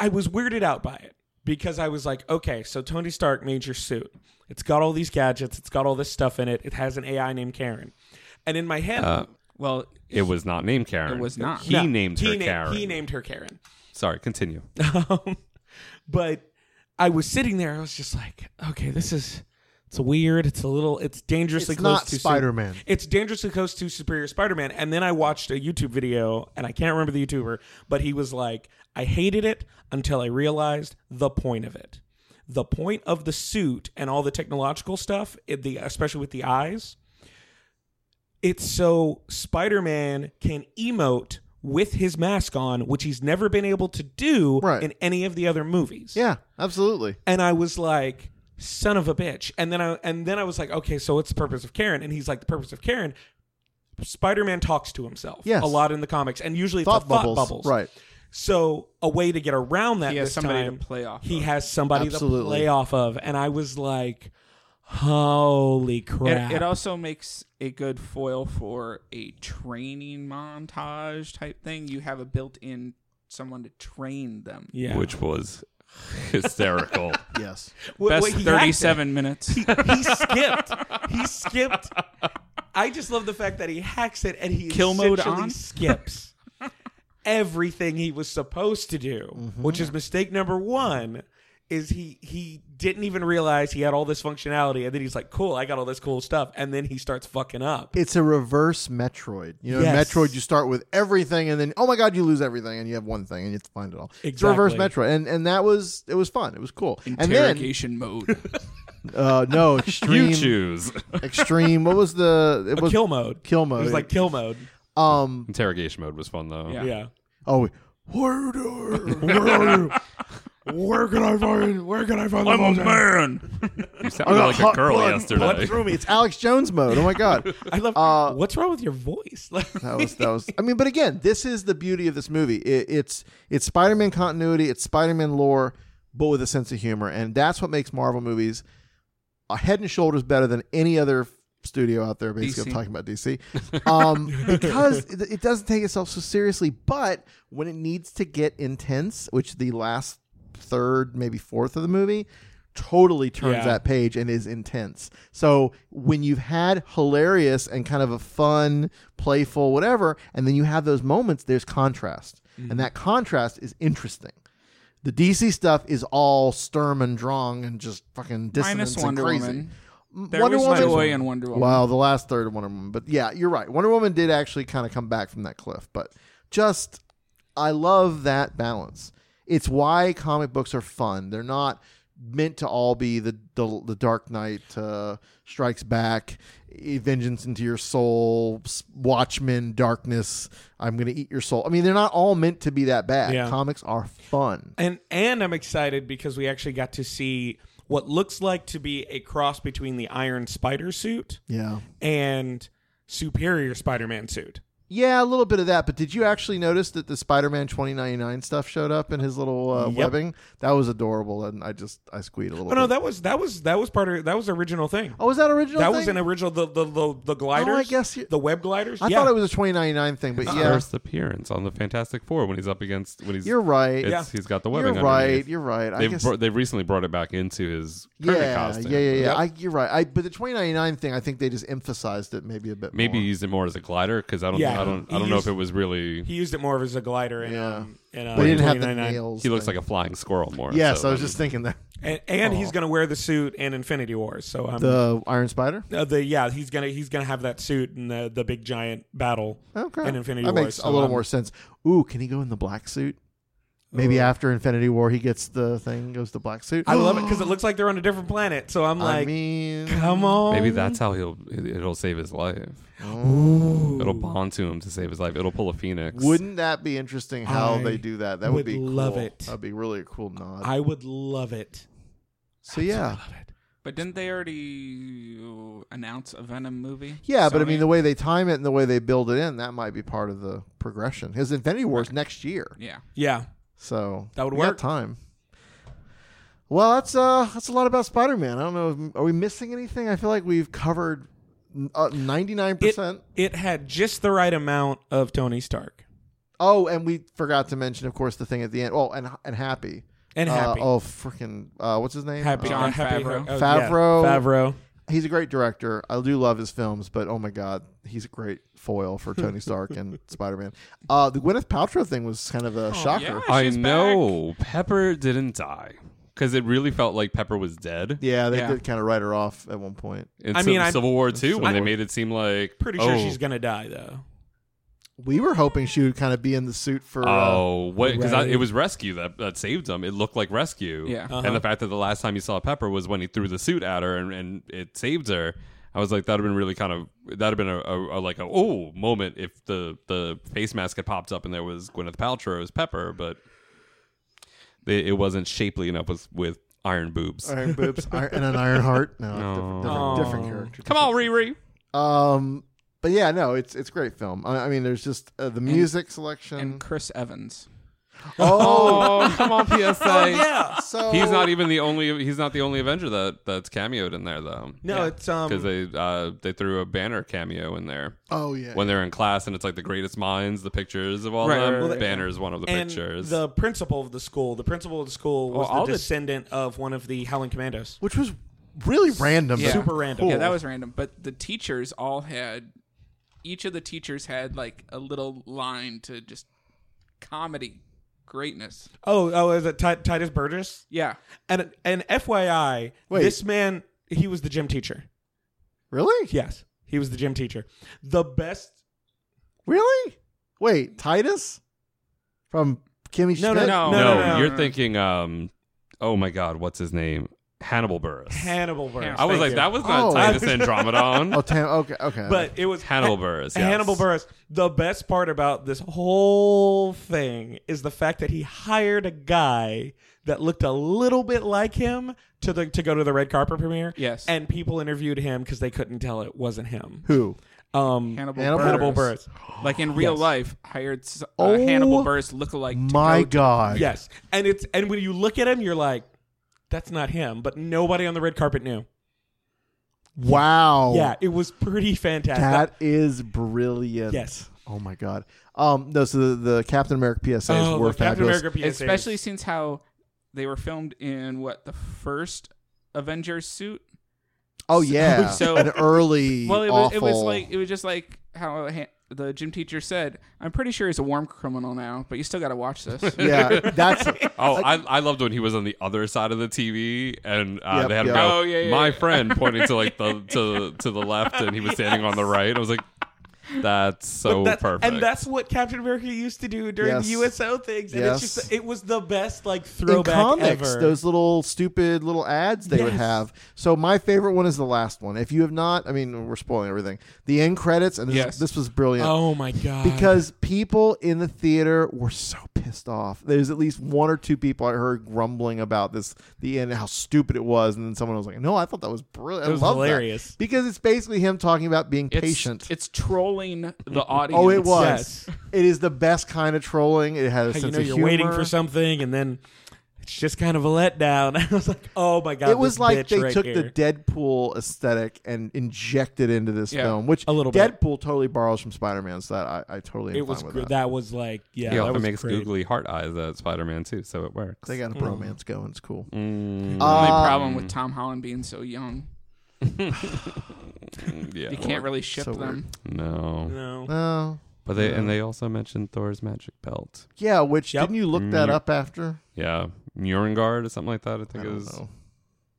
Speaker 4: I was weirded out by it because I was like, okay, so Tony Stark made your suit. It's got all these gadgets. It's got all this stuff in it. It has an AI named Karen. And in my head,
Speaker 2: Uh,
Speaker 5: Well,
Speaker 2: it was not named karen
Speaker 5: It was not.
Speaker 2: he
Speaker 4: no,
Speaker 2: named
Speaker 4: he
Speaker 2: her
Speaker 4: na-
Speaker 2: karen
Speaker 4: He named her Karen.
Speaker 2: sorry continue
Speaker 4: Um, but I was sitting there. I was just like, okay, this is it's weird. It's a little. It's dangerously
Speaker 3: it's
Speaker 4: close
Speaker 3: not
Speaker 4: to Su-
Speaker 3: Spider Man.
Speaker 4: it's dangerously close to Superior Spider-Man. And then I watched a YouTube video, and I can't remember the YouTuber, but he was like, I hated it until I realized the point of it. The point of the suit and all the technological stuff, it- the especially with the eyes, it's so Spider-Man can emote with his mask on, which he's never been able to do
Speaker 3: Right.
Speaker 4: in any of the other movies
Speaker 3: Yeah, absolutely.
Speaker 4: and I was like, "Son of a bitch!" And then I and then I was like, "Okay, so what's the purpose of Karen?" And he's like, "The purpose of Karen Spider-Man talks to himself
Speaker 3: Yes.
Speaker 4: a lot in the comics, and usually
Speaker 3: Thought
Speaker 4: it's a
Speaker 3: bubbles,
Speaker 4: thought bubbles.
Speaker 3: right.
Speaker 4: So a way to get around that
Speaker 5: He has
Speaker 4: this
Speaker 5: somebody to
Speaker 4: time,
Speaker 5: play off
Speaker 4: He
Speaker 5: of.
Speaker 4: has somebody to
Speaker 3: Absolutely.
Speaker 4: play off of, and I was like, "Holy crap!"
Speaker 5: It, it also makes a good foil for a training montage type thing. You have a built-in someone to train them.
Speaker 4: yeah,
Speaker 2: which was hysterical.
Speaker 3: Yes.
Speaker 4: Wh-
Speaker 5: Best
Speaker 4: what he had to-
Speaker 5: thirty-seven minutes.
Speaker 4: he skipped. He skipped. I just love the fact that he hacks it and he
Speaker 5: Kill mode
Speaker 4: essentially
Speaker 5: on?
Speaker 4: skips everything he was supposed to do,
Speaker 3: Mm-hmm.
Speaker 4: which is mistake number one. Is he he didn't even realize he had all this functionality, and then he's like, "Cool, I got all this cool stuff," and then he starts fucking up.
Speaker 3: It's a reverse Metroid. You know, in
Speaker 4: Yes.
Speaker 3: Metroid, you start with everything, and then oh my god, you lose everything, and you have one thing, and you have to find it all. It's a reverse
Speaker 4: Exactly.
Speaker 3: Metroid, and and that was it was fun. It was cool. And then
Speaker 5: Interrogation mode.
Speaker 3: uh, no
Speaker 2: you
Speaker 3: extreme,
Speaker 2: choose
Speaker 3: extreme. What was the it
Speaker 4: A
Speaker 3: was
Speaker 4: kill mode.
Speaker 3: kill
Speaker 4: It
Speaker 3: mode?
Speaker 4: was like kill mode.
Speaker 3: um
Speaker 2: interrogation mode was fun though.
Speaker 5: Yeah.
Speaker 4: Yeah.
Speaker 3: oh. wait. Where, do- where are you? Where can I find? Where can I find? the Vulcan?
Speaker 5: man.
Speaker 2: You
Speaker 3: I
Speaker 2: sounded
Speaker 3: got
Speaker 2: like a
Speaker 3: hot
Speaker 2: girl
Speaker 3: blood- blood
Speaker 2: yesterday.
Speaker 3: through me. It's Alex Jones mode. Oh my god.
Speaker 4: I love.
Speaker 3: Uh,
Speaker 4: what's wrong with your voice? Like,
Speaker 3: That was that was. I mean, but again, this is the beauty of this movie. It, it's it's Spider-Man continuity, it's Spider-Man lore, but with a sense of humor, and that's what makes Marvel movies a head and shoulders better than any other studio out there. Basically, I'm
Speaker 5: DC.
Speaker 3: talking about DC, um, because it, it doesn't take itself so seriously. But when it needs to get intense, which the last third, maybe fourth of the movie. Totally turns
Speaker 4: Yeah.
Speaker 3: that page and is intense. So when you've had hilarious and kind of a fun, playful, whatever, and then you have those moments, there's contrast. And that contrast is interesting. The DC stuff is all sturm and drang and just fucking dissonance
Speaker 5: Minus Wonder
Speaker 3: and crazy.
Speaker 5: Woman.
Speaker 3: M-
Speaker 5: There was joy in Wonder Woman.
Speaker 3: Wow, the last third of Wonder Woman. But yeah, you're right. Wonder Woman did actually kind of come back from that cliff. But just, I love that balance. It's why comic books are fun. They're not meant to all be the the, the Dark Knight uh, Strikes Back, eh, Vengeance into Your Soul, S- Watchmen, Darkness. I'm gonna eat your soul. I mean, they're not all meant to be that bad.
Speaker 4: Yeah.
Speaker 3: Comics are fun.
Speaker 4: and and I'm excited because we actually got to see what looks like to be a cross between the Iron Spider suit
Speaker 3: Yeah.
Speaker 4: and Superior Spider-Man suit.
Speaker 3: Yeah, a little bit of that. But did you actually notice that the Spider-Man 2099 stuff showed up in his little uh,
Speaker 4: Yep.
Speaker 3: webbing? That was adorable, and I just I squeed a little.
Speaker 4: Oh no,
Speaker 3: bit.
Speaker 4: that was that was that was part of that was original thing.
Speaker 3: oh was that original?
Speaker 4: that
Speaker 3: thing? Oh,
Speaker 4: was an original the the the, the gliders.
Speaker 3: guess you-
Speaker 4: the web gliders.
Speaker 3: I
Speaker 4: yeah.
Speaker 3: thought it was a 2099 thing, but yeah,
Speaker 2: First appearance on the Fantastic Four when he's up against when he's
Speaker 3: you're right.
Speaker 2: it's- he's got the
Speaker 3: You're
Speaker 2: webbing.
Speaker 3: right.
Speaker 2: underneath.
Speaker 3: You're right. I
Speaker 2: They've
Speaker 3: guess.
Speaker 2: br- they've recently brought it back into his current
Speaker 3: yeah, yeah,
Speaker 2: costume.
Speaker 3: yeah, yeah,
Speaker 4: Yep.
Speaker 3: I, you're right. I, but the 2099 thing, I think they just emphasized it maybe a bit.
Speaker 2: Maybe
Speaker 3: more.
Speaker 2: used it more as a glider because I don't
Speaker 4: Yeah.
Speaker 2: I don't
Speaker 4: He
Speaker 2: I don't know
Speaker 4: used-
Speaker 2: if it was really.
Speaker 4: he used it more of as a glider. And,
Speaker 3: Yeah.
Speaker 4: um, and, uh,
Speaker 3: they didn't have the
Speaker 4: 2099.
Speaker 3: nails.
Speaker 2: He looks
Speaker 3: thing.
Speaker 2: like a flying squirrel more.
Speaker 3: Yes,
Speaker 2: so
Speaker 3: I was
Speaker 2: than-
Speaker 3: just thinking that
Speaker 4: And, and he's gonna wear the suit in Infinity Wars. So um, the,
Speaker 3: Oh. the Iron Spider.
Speaker 4: uh, the yeah, he's gonna he's gonna have that suit in the the big giant battle
Speaker 3: Okay.
Speaker 4: in Infinity
Speaker 3: that
Speaker 4: Wars.
Speaker 3: makes
Speaker 4: So,
Speaker 3: a little
Speaker 4: um,
Speaker 3: more sense. Ooh, can he go in the black suit? Maybe after Infinity War, he gets the thing, goes to black suit.
Speaker 4: Uh, I love it because it looks like they're on a different planet. So I'm
Speaker 3: I
Speaker 4: like,
Speaker 3: mean,
Speaker 4: come on.
Speaker 2: Maybe that's how he'll it'll save his life.
Speaker 3: oh,
Speaker 2: It'll bond to him to save his life. It'll pull a phoenix.
Speaker 3: wouldn't that be interesting how
Speaker 4: I
Speaker 3: they do that? That would,
Speaker 4: would
Speaker 3: be cool.
Speaker 4: love it.
Speaker 3: That'd be really a cool nod.
Speaker 4: I would love it.
Speaker 3: so yeah,
Speaker 5: But didn't they already uh, announce a Venom movie?
Speaker 3: yeah, but I mean
Speaker 5: Sony?
Speaker 3: the way they time it and the way they build it in, that might be part of the progression. Because Infinity War's next year,
Speaker 5: Yeah.
Speaker 4: Yeah.
Speaker 3: so
Speaker 4: That would
Speaker 3: we got
Speaker 4: work.
Speaker 3: time. Well, that's uh, that's a lot about Spider Man. I don't know. If, are we missing anything? I feel like we've covered ninety nine
Speaker 4: It,
Speaker 3: percent.
Speaker 4: it had just the right amount of Tony Stark.
Speaker 3: Oh, and we forgot to mention, of course, the thing at the end. Oh, and and happy
Speaker 4: And
Speaker 3: Uh,
Speaker 4: Happy.
Speaker 3: oh, freaking! Uh, what's his name?
Speaker 4: Happy.
Speaker 3: Uh,
Speaker 5: John
Speaker 4: uh, happy
Speaker 5: Favreau.
Speaker 4: oh, yeah.
Speaker 3: Favreau.
Speaker 4: Favreau.
Speaker 3: he's a great director. I do love his films, but oh my god, he's a great foil for Tony Stark and Spider Man. Uh, the Gwyneth Paltrow thing was kind of a shocker.
Speaker 5: yeah.
Speaker 2: I
Speaker 5: She's back.
Speaker 2: know Pepper didn't die because it really felt like Pepper was dead.
Speaker 3: Yeah, they
Speaker 5: Yeah.
Speaker 3: did kind of write her off at one point.
Speaker 2: In
Speaker 4: I
Speaker 2: I
Speaker 4: mean, I'm-
Speaker 2: Civil War
Speaker 3: Civil
Speaker 2: Two when they
Speaker 3: War.
Speaker 2: made it seem like
Speaker 4: Pretty sure
Speaker 2: oh,
Speaker 4: she's going to die, though.
Speaker 3: We were hoping she would kind of be in the suit for. Uh,
Speaker 2: Oh, what? Because
Speaker 4: Right.
Speaker 2: it was rescue that, that saved him. It looked like rescue.
Speaker 5: Yeah.
Speaker 2: And the fact that the last time you saw Pepper was when he threw the suit at her and, and it saved her. I was like, that'd have been really kind of that'd have been a, a, a like a oh moment if the the face mask had popped up and there was Gwyneth Paltrow as Pepper, but they, it wasn't shapely enough with with iron boobs.
Speaker 3: Iron boobs iron, and an iron heart. No, Different, different,
Speaker 2: No.
Speaker 3: different character.
Speaker 2: Come on, Riri.
Speaker 3: Um, But yeah, no, it's it's a great film. I, I mean, there's just uh, the music selection.
Speaker 5: and Chris Evans.
Speaker 3: Oh.
Speaker 2: come on, PSA.
Speaker 4: yeah.
Speaker 3: so
Speaker 2: He's not even the only. He's not the only Avenger that that's cameoed in there though.
Speaker 4: No, it's um.
Speaker 2: because they uh, they threw a banner cameo in there
Speaker 3: Oh yeah.
Speaker 2: when they're in class, and it's like the greatest minds, the pictures of all
Speaker 4: Right,
Speaker 2: them.
Speaker 4: right, right.
Speaker 2: banner is one of the
Speaker 4: and
Speaker 2: pictures.
Speaker 4: the principal of the school, the principal of the school was
Speaker 5: Well, all
Speaker 4: the
Speaker 5: this-
Speaker 4: descendant of one of the Howling Commandos.
Speaker 3: which was really random.
Speaker 5: Yeah.
Speaker 4: Super random.
Speaker 5: Yeah, that was random. But the teachers all had, each of the teachers had like a little line to just comedy greatness.
Speaker 4: Oh, oh, is it Ti- Titus Burgess?
Speaker 5: Yeah,
Speaker 4: And and FYI,
Speaker 3: Wait.
Speaker 4: this man he was the gym teacher.
Speaker 3: Really?
Speaker 4: Yes, he was the gym teacher. The best.
Speaker 3: Really? Wait, Titus from Kimmy
Speaker 4: No,
Speaker 3: Schmidt?
Speaker 4: no,
Speaker 2: no,
Speaker 4: no, no,
Speaker 2: you're
Speaker 5: no.
Speaker 2: thinking. Um, oh my God, what's his name? Hannibal Burris.
Speaker 4: Hannibal Buress.
Speaker 2: I was
Speaker 4: Thank
Speaker 2: like,
Speaker 4: you.
Speaker 2: that was not
Speaker 3: Oh.
Speaker 2: Titus Andromedon.
Speaker 3: Oh, Tam- okay, okay.
Speaker 4: But it was
Speaker 2: Hannibal Burris. Yes.
Speaker 4: Hannibal Burris. The best part about this whole thing is the fact that he hired a guy that looked a little bit like him to the to go to the red carpet premiere.
Speaker 5: Yes.
Speaker 4: and people interviewed him because they couldn't tell it wasn't him.
Speaker 3: who?
Speaker 4: Um,
Speaker 5: Hannibal,
Speaker 3: Hannibal
Speaker 4: Hannibal
Speaker 5: Buress.
Speaker 4: Buress.
Speaker 5: Like in real
Speaker 4: Yes.
Speaker 5: life, hired s- uh,
Speaker 3: Oh
Speaker 5: Hannibal Burris look-alike. to
Speaker 3: My
Speaker 5: go-
Speaker 3: God.
Speaker 4: Yes, and it's and when you look at him, you're like, that's not him. But nobody on the red carpet knew.
Speaker 2: Oh.
Speaker 3: Wow.
Speaker 4: Yeah, it was pretty fantastic.
Speaker 3: That is brilliant.
Speaker 4: Yes.
Speaker 3: Oh my God. Um. No. So the, the Captain America PSAs
Speaker 4: oh,
Speaker 3: were
Speaker 4: the Captain
Speaker 3: fabulous.
Speaker 4: America PSAs.
Speaker 5: especially since how they were filmed in what the first Avengers suit.
Speaker 3: Oh yeah.
Speaker 5: So-
Speaker 3: an early.
Speaker 5: Well, it was,
Speaker 3: awful,
Speaker 5: it was like it was just like how ha- the gym teacher said. I'm pretty sure he's a warm criminal now, but you still got to watch this.
Speaker 3: Yeah. That's.
Speaker 2: Oh, I, I loved when he was on the other side of the TV, and uh,
Speaker 3: Yep,
Speaker 2: they had him
Speaker 3: yep.
Speaker 2: go,
Speaker 5: Oh, yeah, yeah,
Speaker 2: "My
Speaker 5: yeah."
Speaker 2: friend," pointing to like the to to the left, and he was standing on the right. I was like, "That's so
Speaker 4: But that-
Speaker 2: perfect."
Speaker 4: And that's what Captain America used to do during
Speaker 3: Yes.
Speaker 4: the USO things. And it's
Speaker 3: Yes.
Speaker 4: just it was the best like
Speaker 3: in
Speaker 4: throwback
Speaker 3: comics,
Speaker 4: ever.
Speaker 3: those little stupid little ads they would
Speaker 4: Yes.
Speaker 3: have. So my favorite one is the last one. If you have not, I mean, we're spoiling everything. The end credits, and this,
Speaker 5: Yes.
Speaker 3: this was brilliant.
Speaker 4: oh my god.
Speaker 3: because people in the theater were so pissed off. There's at least one or two people I heard grumbling about this the end how stupid it was, and then someone was like, "No, I thought that was brilliant.
Speaker 4: It was
Speaker 3: I love that."
Speaker 4: hilarious.
Speaker 3: because it's basically him talking about being
Speaker 5: It's,
Speaker 3: patient.
Speaker 5: It's trolling the audience.
Speaker 3: oh, it was.
Speaker 4: Yes.
Speaker 3: It is the best kind of trolling. It has a
Speaker 4: you
Speaker 3: sense
Speaker 4: know
Speaker 3: of
Speaker 4: you're
Speaker 3: humor.
Speaker 4: waiting for something and then it's just kind of a letdown. I was like, oh my god.
Speaker 3: it was
Speaker 4: this
Speaker 3: like
Speaker 4: bitch
Speaker 3: they
Speaker 4: right
Speaker 3: took
Speaker 4: here.
Speaker 3: the Deadpool aesthetic and injected into this
Speaker 5: Yeah.
Speaker 3: film, which
Speaker 4: A little bit.
Speaker 3: Deadpool totally borrows from Spider-Man. So that I, I totally am
Speaker 4: It
Speaker 3: fine
Speaker 4: was
Speaker 3: with
Speaker 4: gr-
Speaker 3: that.
Speaker 4: that. was like yeah.
Speaker 2: he
Speaker 4: that
Speaker 2: also
Speaker 4: was
Speaker 2: makes
Speaker 4: great.
Speaker 2: googly heart eyes at Spider-Man too, so it works.
Speaker 3: They got a bromance going. It's cool.
Speaker 4: Mm-hmm.
Speaker 2: Mm,
Speaker 5: The only
Speaker 3: Uh,
Speaker 5: problem with Tom Holland being so young,
Speaker 2: yeah,
Speaker 5: you can't really ship
Speaker 3: so
Speaker 5: them.
Speaker 2: no.
Speaker 4: No.
Speaker 3: Oh.
Speaker 2: But they and they also mentioned Thor's magic belt.
Speaker 3: Yeah, which
Speaker 4: Yep.
Speaker 3: didn't you look that
Speaker 2: Mm.
Speaker 3: up after?
Speaker 2: Yeah, Mjorngard or something like that. I
Speaker 3: I
Speaker 2: think it
Speaker 3: don't
Speaker 2: is.
Speaker 3: know.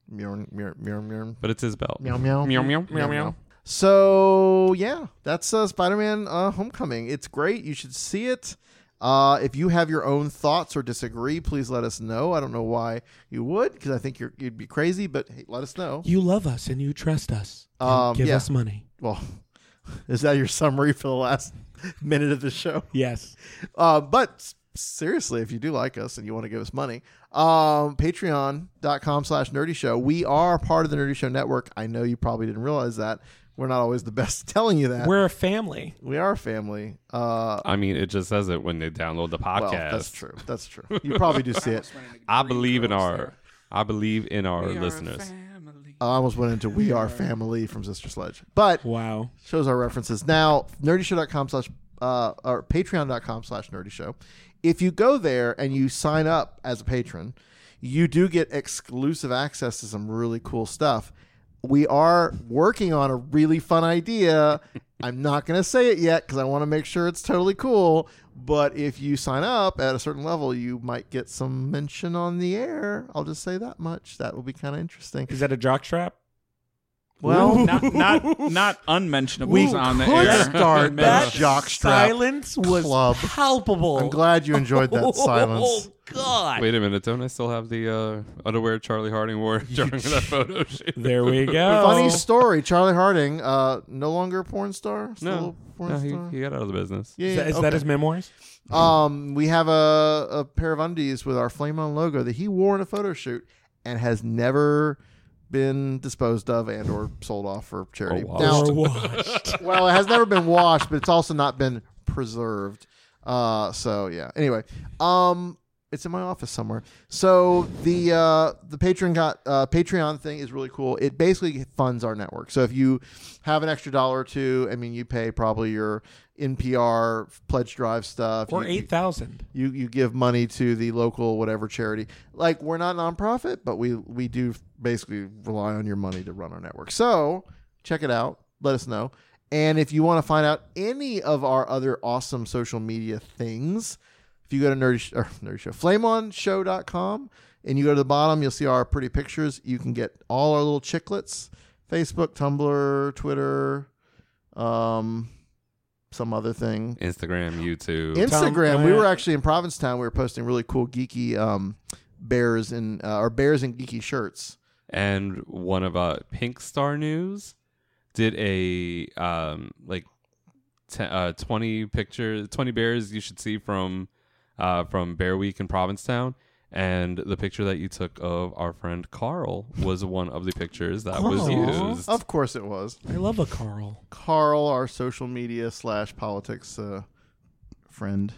Speaker 3: Meow, meow, meow, meow.
Speaker 2: But it's his belt.
Speaker 3: Meow, meow.
Speaker 2: meow, meow, meow,
Speaker 3: meow. So yeah, that's uh, Spider-Man: uh, Homecoming. It's great. You should see it. Uh, if you have your own thoughts or disagree, please let us know. I don't know why you would, because I think you're, you'd be crazy. But hey, let us know.
Speaker 4: You love us and you trust us. And
Speaker 3: Um,
Speaker 4: give
Speaker 3: yeah.
Speaker 4: us money.
Speaker 3: Well, is that your summary for the last minute of the show?
Speaker 4: Yes.
Speaker 3: Uh, but s- seriously, if you do like us and you want to give us money, um, patreon.com slash nerdy show. We are part of the Nerdy Show Network. I know you probably didn't realize that. We're not always the best at telling you that.
Speaker 4: We're a family.
Speaker 3: we are a family. Uh,
Speaker 2: I mean, it just says it when they download the podcast.
Speaker 3: well, that's true. That's true. You probably do see it.
Speaker 2: I believe in our.
Speaker 5: There.
Speaker 2: I believe in our
Speaker 5: We are a
Speaker 2: listeners.
Speaker 5: family.
Speaker 3: I almost went into We Are Family from Sister Sledge. But
Speaker 4: Wow.
Speaker 3: shows our references now nerdyshow.com slash uh, or patreon.com slash nerdyshow if you go there and you sign up as a patron you do get exclusive access to some really cool stuff we are working on a really fun idea i'm not going to say it yet because i want to make sure it's totally cool but if you sign up at a certain level you might get some mention on the air i'll just say that much that will be kind of interesting
Speaker 4: Is that a jock strap?
Speaker 3: well
Speaker 5: not not not unmentionables
Speaker 3: We
Speaker 5: on the
Speaker 3: could
Speaker 5: air.
Speaker 3: start that
Speaker 5: Mentioned.
Speaker 3: jockstrap
Speaker 4: silence was
Speaker 3: club.
Speaker 4: palpable.
Speaker 3: I'm glad you enjoyed that silence.
Speaker 4: Oh God!
Speaker 2: Wait a minute, don't I still have the uh, underwear Charlie Harding wore during that photo shoot?
Speaker 4: There we go.
Speaker 2: Oh.
Speaker 3: Funny story: Charlie Harding, uh, no longer a porn star. Still
Speaker 2: No,
Speaker 3: a porn
Speaker 2: no he,
Speaker 3: star.
Speaker 2: he got out of the business.
Speaker 3: yeah,
Speaker 4: Is, that,
Speaker 3: yeah,
Speaker 4: is that
Speaker 3: okay.
Speaker 4: his memoirs?
Speaker 3: Um, we have a, a pair of undies with our Flame On logo that he wore in a photo shoot and has never been disposed of and or sold off for charity.
Speaker 4: Oh,
Speaker 2: washed.
Speaker 3: Now-
Speaker 2: Or
Speaker 4: washed.
Speaker 3: well, it has never been washed, but it's also not been preserved. Uh, so yeah. Anyway, um, it's in my office somewhere. So the uh, the Patreon got uh, Patreon thing is really cool. It basically funds our network. So if you have an extra dollar or two, I mean, you pay probably your NPR pledge drive stuff
Speaker 4: Or
Speaker 3: You- you-
Speaker 4: eight thousand.
Speaker 3: you you give money to the local whatever charity. Like we're not nonprofit, but we we do basically rely on your money to run our network. So check it out. Let us know. And if you want to find out any of our other awesome social media things, if you go to Nerdy, Sh- or Nerdy Show, flameonshow.com, and you go to the bottom, you'll see our pretty pictures. You can get all our little chiclets Facebook, Tumblr, Twitter, um, some other thing.
Speaker 2: Instagram, YouTube.
Speaker 3: Instagram. we
Speaker 4: Tom-
Speaker 3: were actually in Provincetown. We were posting really cool geeky um, bears and uh, or bears and geeky shirts.
Speaker 2: and one of uh pink star news did a um like te- uh 20 pictures 20 bears you should see from uh from bear week in provincetown and the picture that you took of our friend carl was one of the pictures that was
Speaker 4: Carl?
Speaker 2: used
Speaker 3: Of course, it was
Speaker 4: I love a Carl.
Speaker 3: Carl, our social media slash politics uh, friend.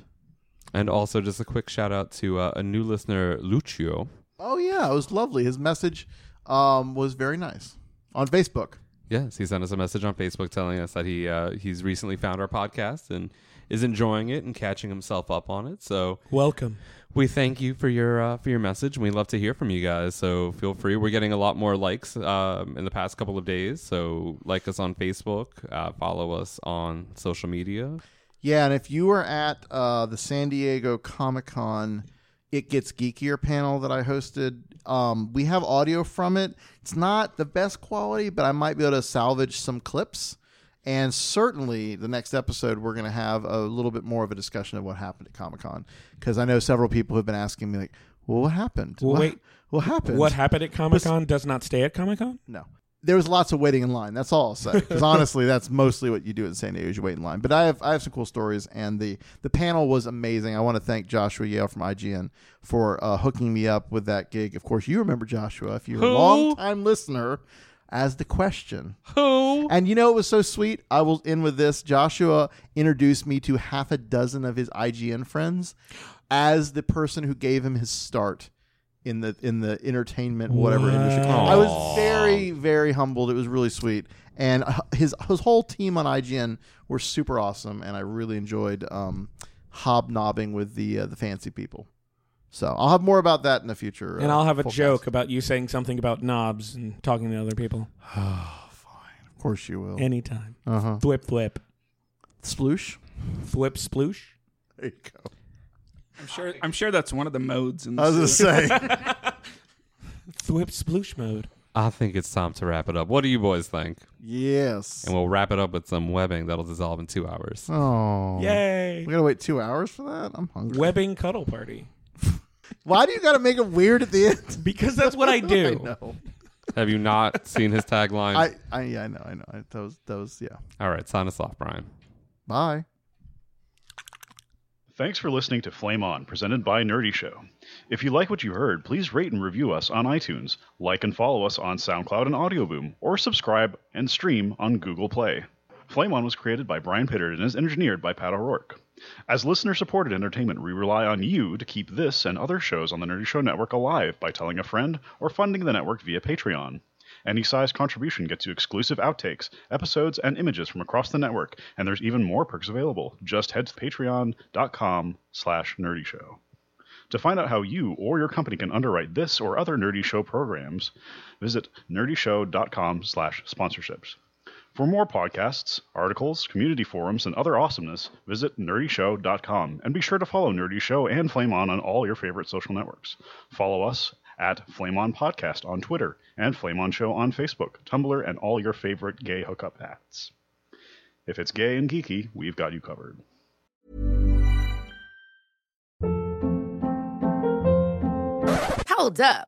Speaker 2: and also just a quick shout out to uh, a new listener lucio
Speaker 3: Oh yeah, it was lovely. His message um, was very nice on Facebook.
Speaker 2: Yes, he sent us a message on Facebook telling us that he uh, he's recently found our podcast and is enjoying it and catching himself up on it. So
Speaker 4: Welcome.
Speaker 2: we thank you for your uh, for your message. and We love to hear from you guys. So feel free. We're getting a lot more likes um, in the past couple of days. So like us on Facebook, uh, follow us on social media.
Speaker 3: Yeah, and if you were at uh, the San Diego Comic Con, it gets geekier panel that I hosted. Um, we have audio from it. It's not the best quality, but I might be able to salvage some clips. And certainly, the next episode we're going to have a little bit more of a discussion of what happened at Comic Con because I know several people have been asking me like, "Well, what happened?
Speaker 4: Well,
Speaker 3: what,
Speaker 4: wait.
Speaker 3: what happened?
Speaker 4: What happened at Comic Con does not stay at Comic Con.
Speaker 3: No. There was lots of waiting in line. That's all I'll say. Because honestly, that's mostly what you do in San Diego is you wait in line. But I have I have some cool stories, and the the panel was amazing. I want to thank Joshua Yale from IGN for uh, hooking me up with that gig. Of course, you remember Joshua if you're a
Speaker 2: Who?
Speaker 3: long time listener. As the question,
Speaker 2: Who?
Speaker 3: and you know it was so sweet. I will end with this. Joshua introduced me to half a dozen of his IGN friends as the person who gave him his start in the in the entertainment whatever industry.
Speaker 4: Wow.
Speaker 3: I was very very humbled. It was really sweet, and uh, his his whole team on IGN were super awesome, and I really enjoyed um, hobnobbing with the uh, the fancy people. So I'll have more about that in the future.
Speaker 4: And
Speaker 3: uh,
Speaker 4: I'll have a
Speaker 3: full
Speaker 4: joke
Speaker 3: cast.
Speaker 4: about you saying something about knobs and talking to other people
Speaker 3: Of course you will.
Speaker 4: anytime.
Speaker 3: Uh huh.
Speaker 4: Thwip thwip.
Speaker 3: Sploosh.
Speaker 4: Thwip sploosh.
Speaker 3: There you go.
Speaker 5: I'm sure. I'm sure that's one of the modes in
Speaker 3: I was gonna
Speaker 5: this.
Speaker 3: say.
Speaker 4: Thwip sploosh mode.
Speaker 2: I think it's time to wrap it up. What do you boys think?
Speaker 3: Yes.
Speaker 2: And we'll wrap it up with some webbing that'll dissolve in two hours.
Speaker 3: Oh.
Speaker 4: Yay.
Speaker 3: We gotta wait two hours for that. I'm hungry.
Speaker 4: Webbing cuddle party.
Speaker 3: Why do you gotta make it weird at the end?
Speaker 4: Because that's what I do.
Speaker 3: I know.
Speaker 2: Have you not seen his tagline?
Speaker 3: I, I, yeah, I know. I know. I, that was. That was. Yeah.
Speaker 2: All right, sign us off, Brian.
Speaker 3: Bye.
Speaker 8: Thanks for listening to Flame On, presented by Nerdy Show. If you like what you heard, please rate and review us on iTunes, like and follow us on SoundCloud and Audioboom, or subscribe and stream on Google Play. Flame On was created by Brian Pittard and is engineered by Pat O'Rourke. As listener supported entertainment, we rely on you to keep this and other shows on the Nerdy Show Network alive by telling a friend or funding the network via Patreon. Any size contribution gets you exclusive outtakes, episodes, and images from across the network, and there's even more perks available. Just head to patreon.com slash nerdy show. To find out how you or your company can underwrite this or other Nerdy Show programs, visit nerdyshow.com slash sponsorships. For more podcasts, articles, community forums, and other awesomeness, visit nerdyshow.com and be sure to follow Nerdy Show and Flame On on all your favorite social networks. Follow us at Flame On Podcast on Twitter and Flame On Show on Facebook, Tumblr, and all your favorite gay hookup apps. If it's gay and geeky, we've got you covered.
Speaker 9: Hold up.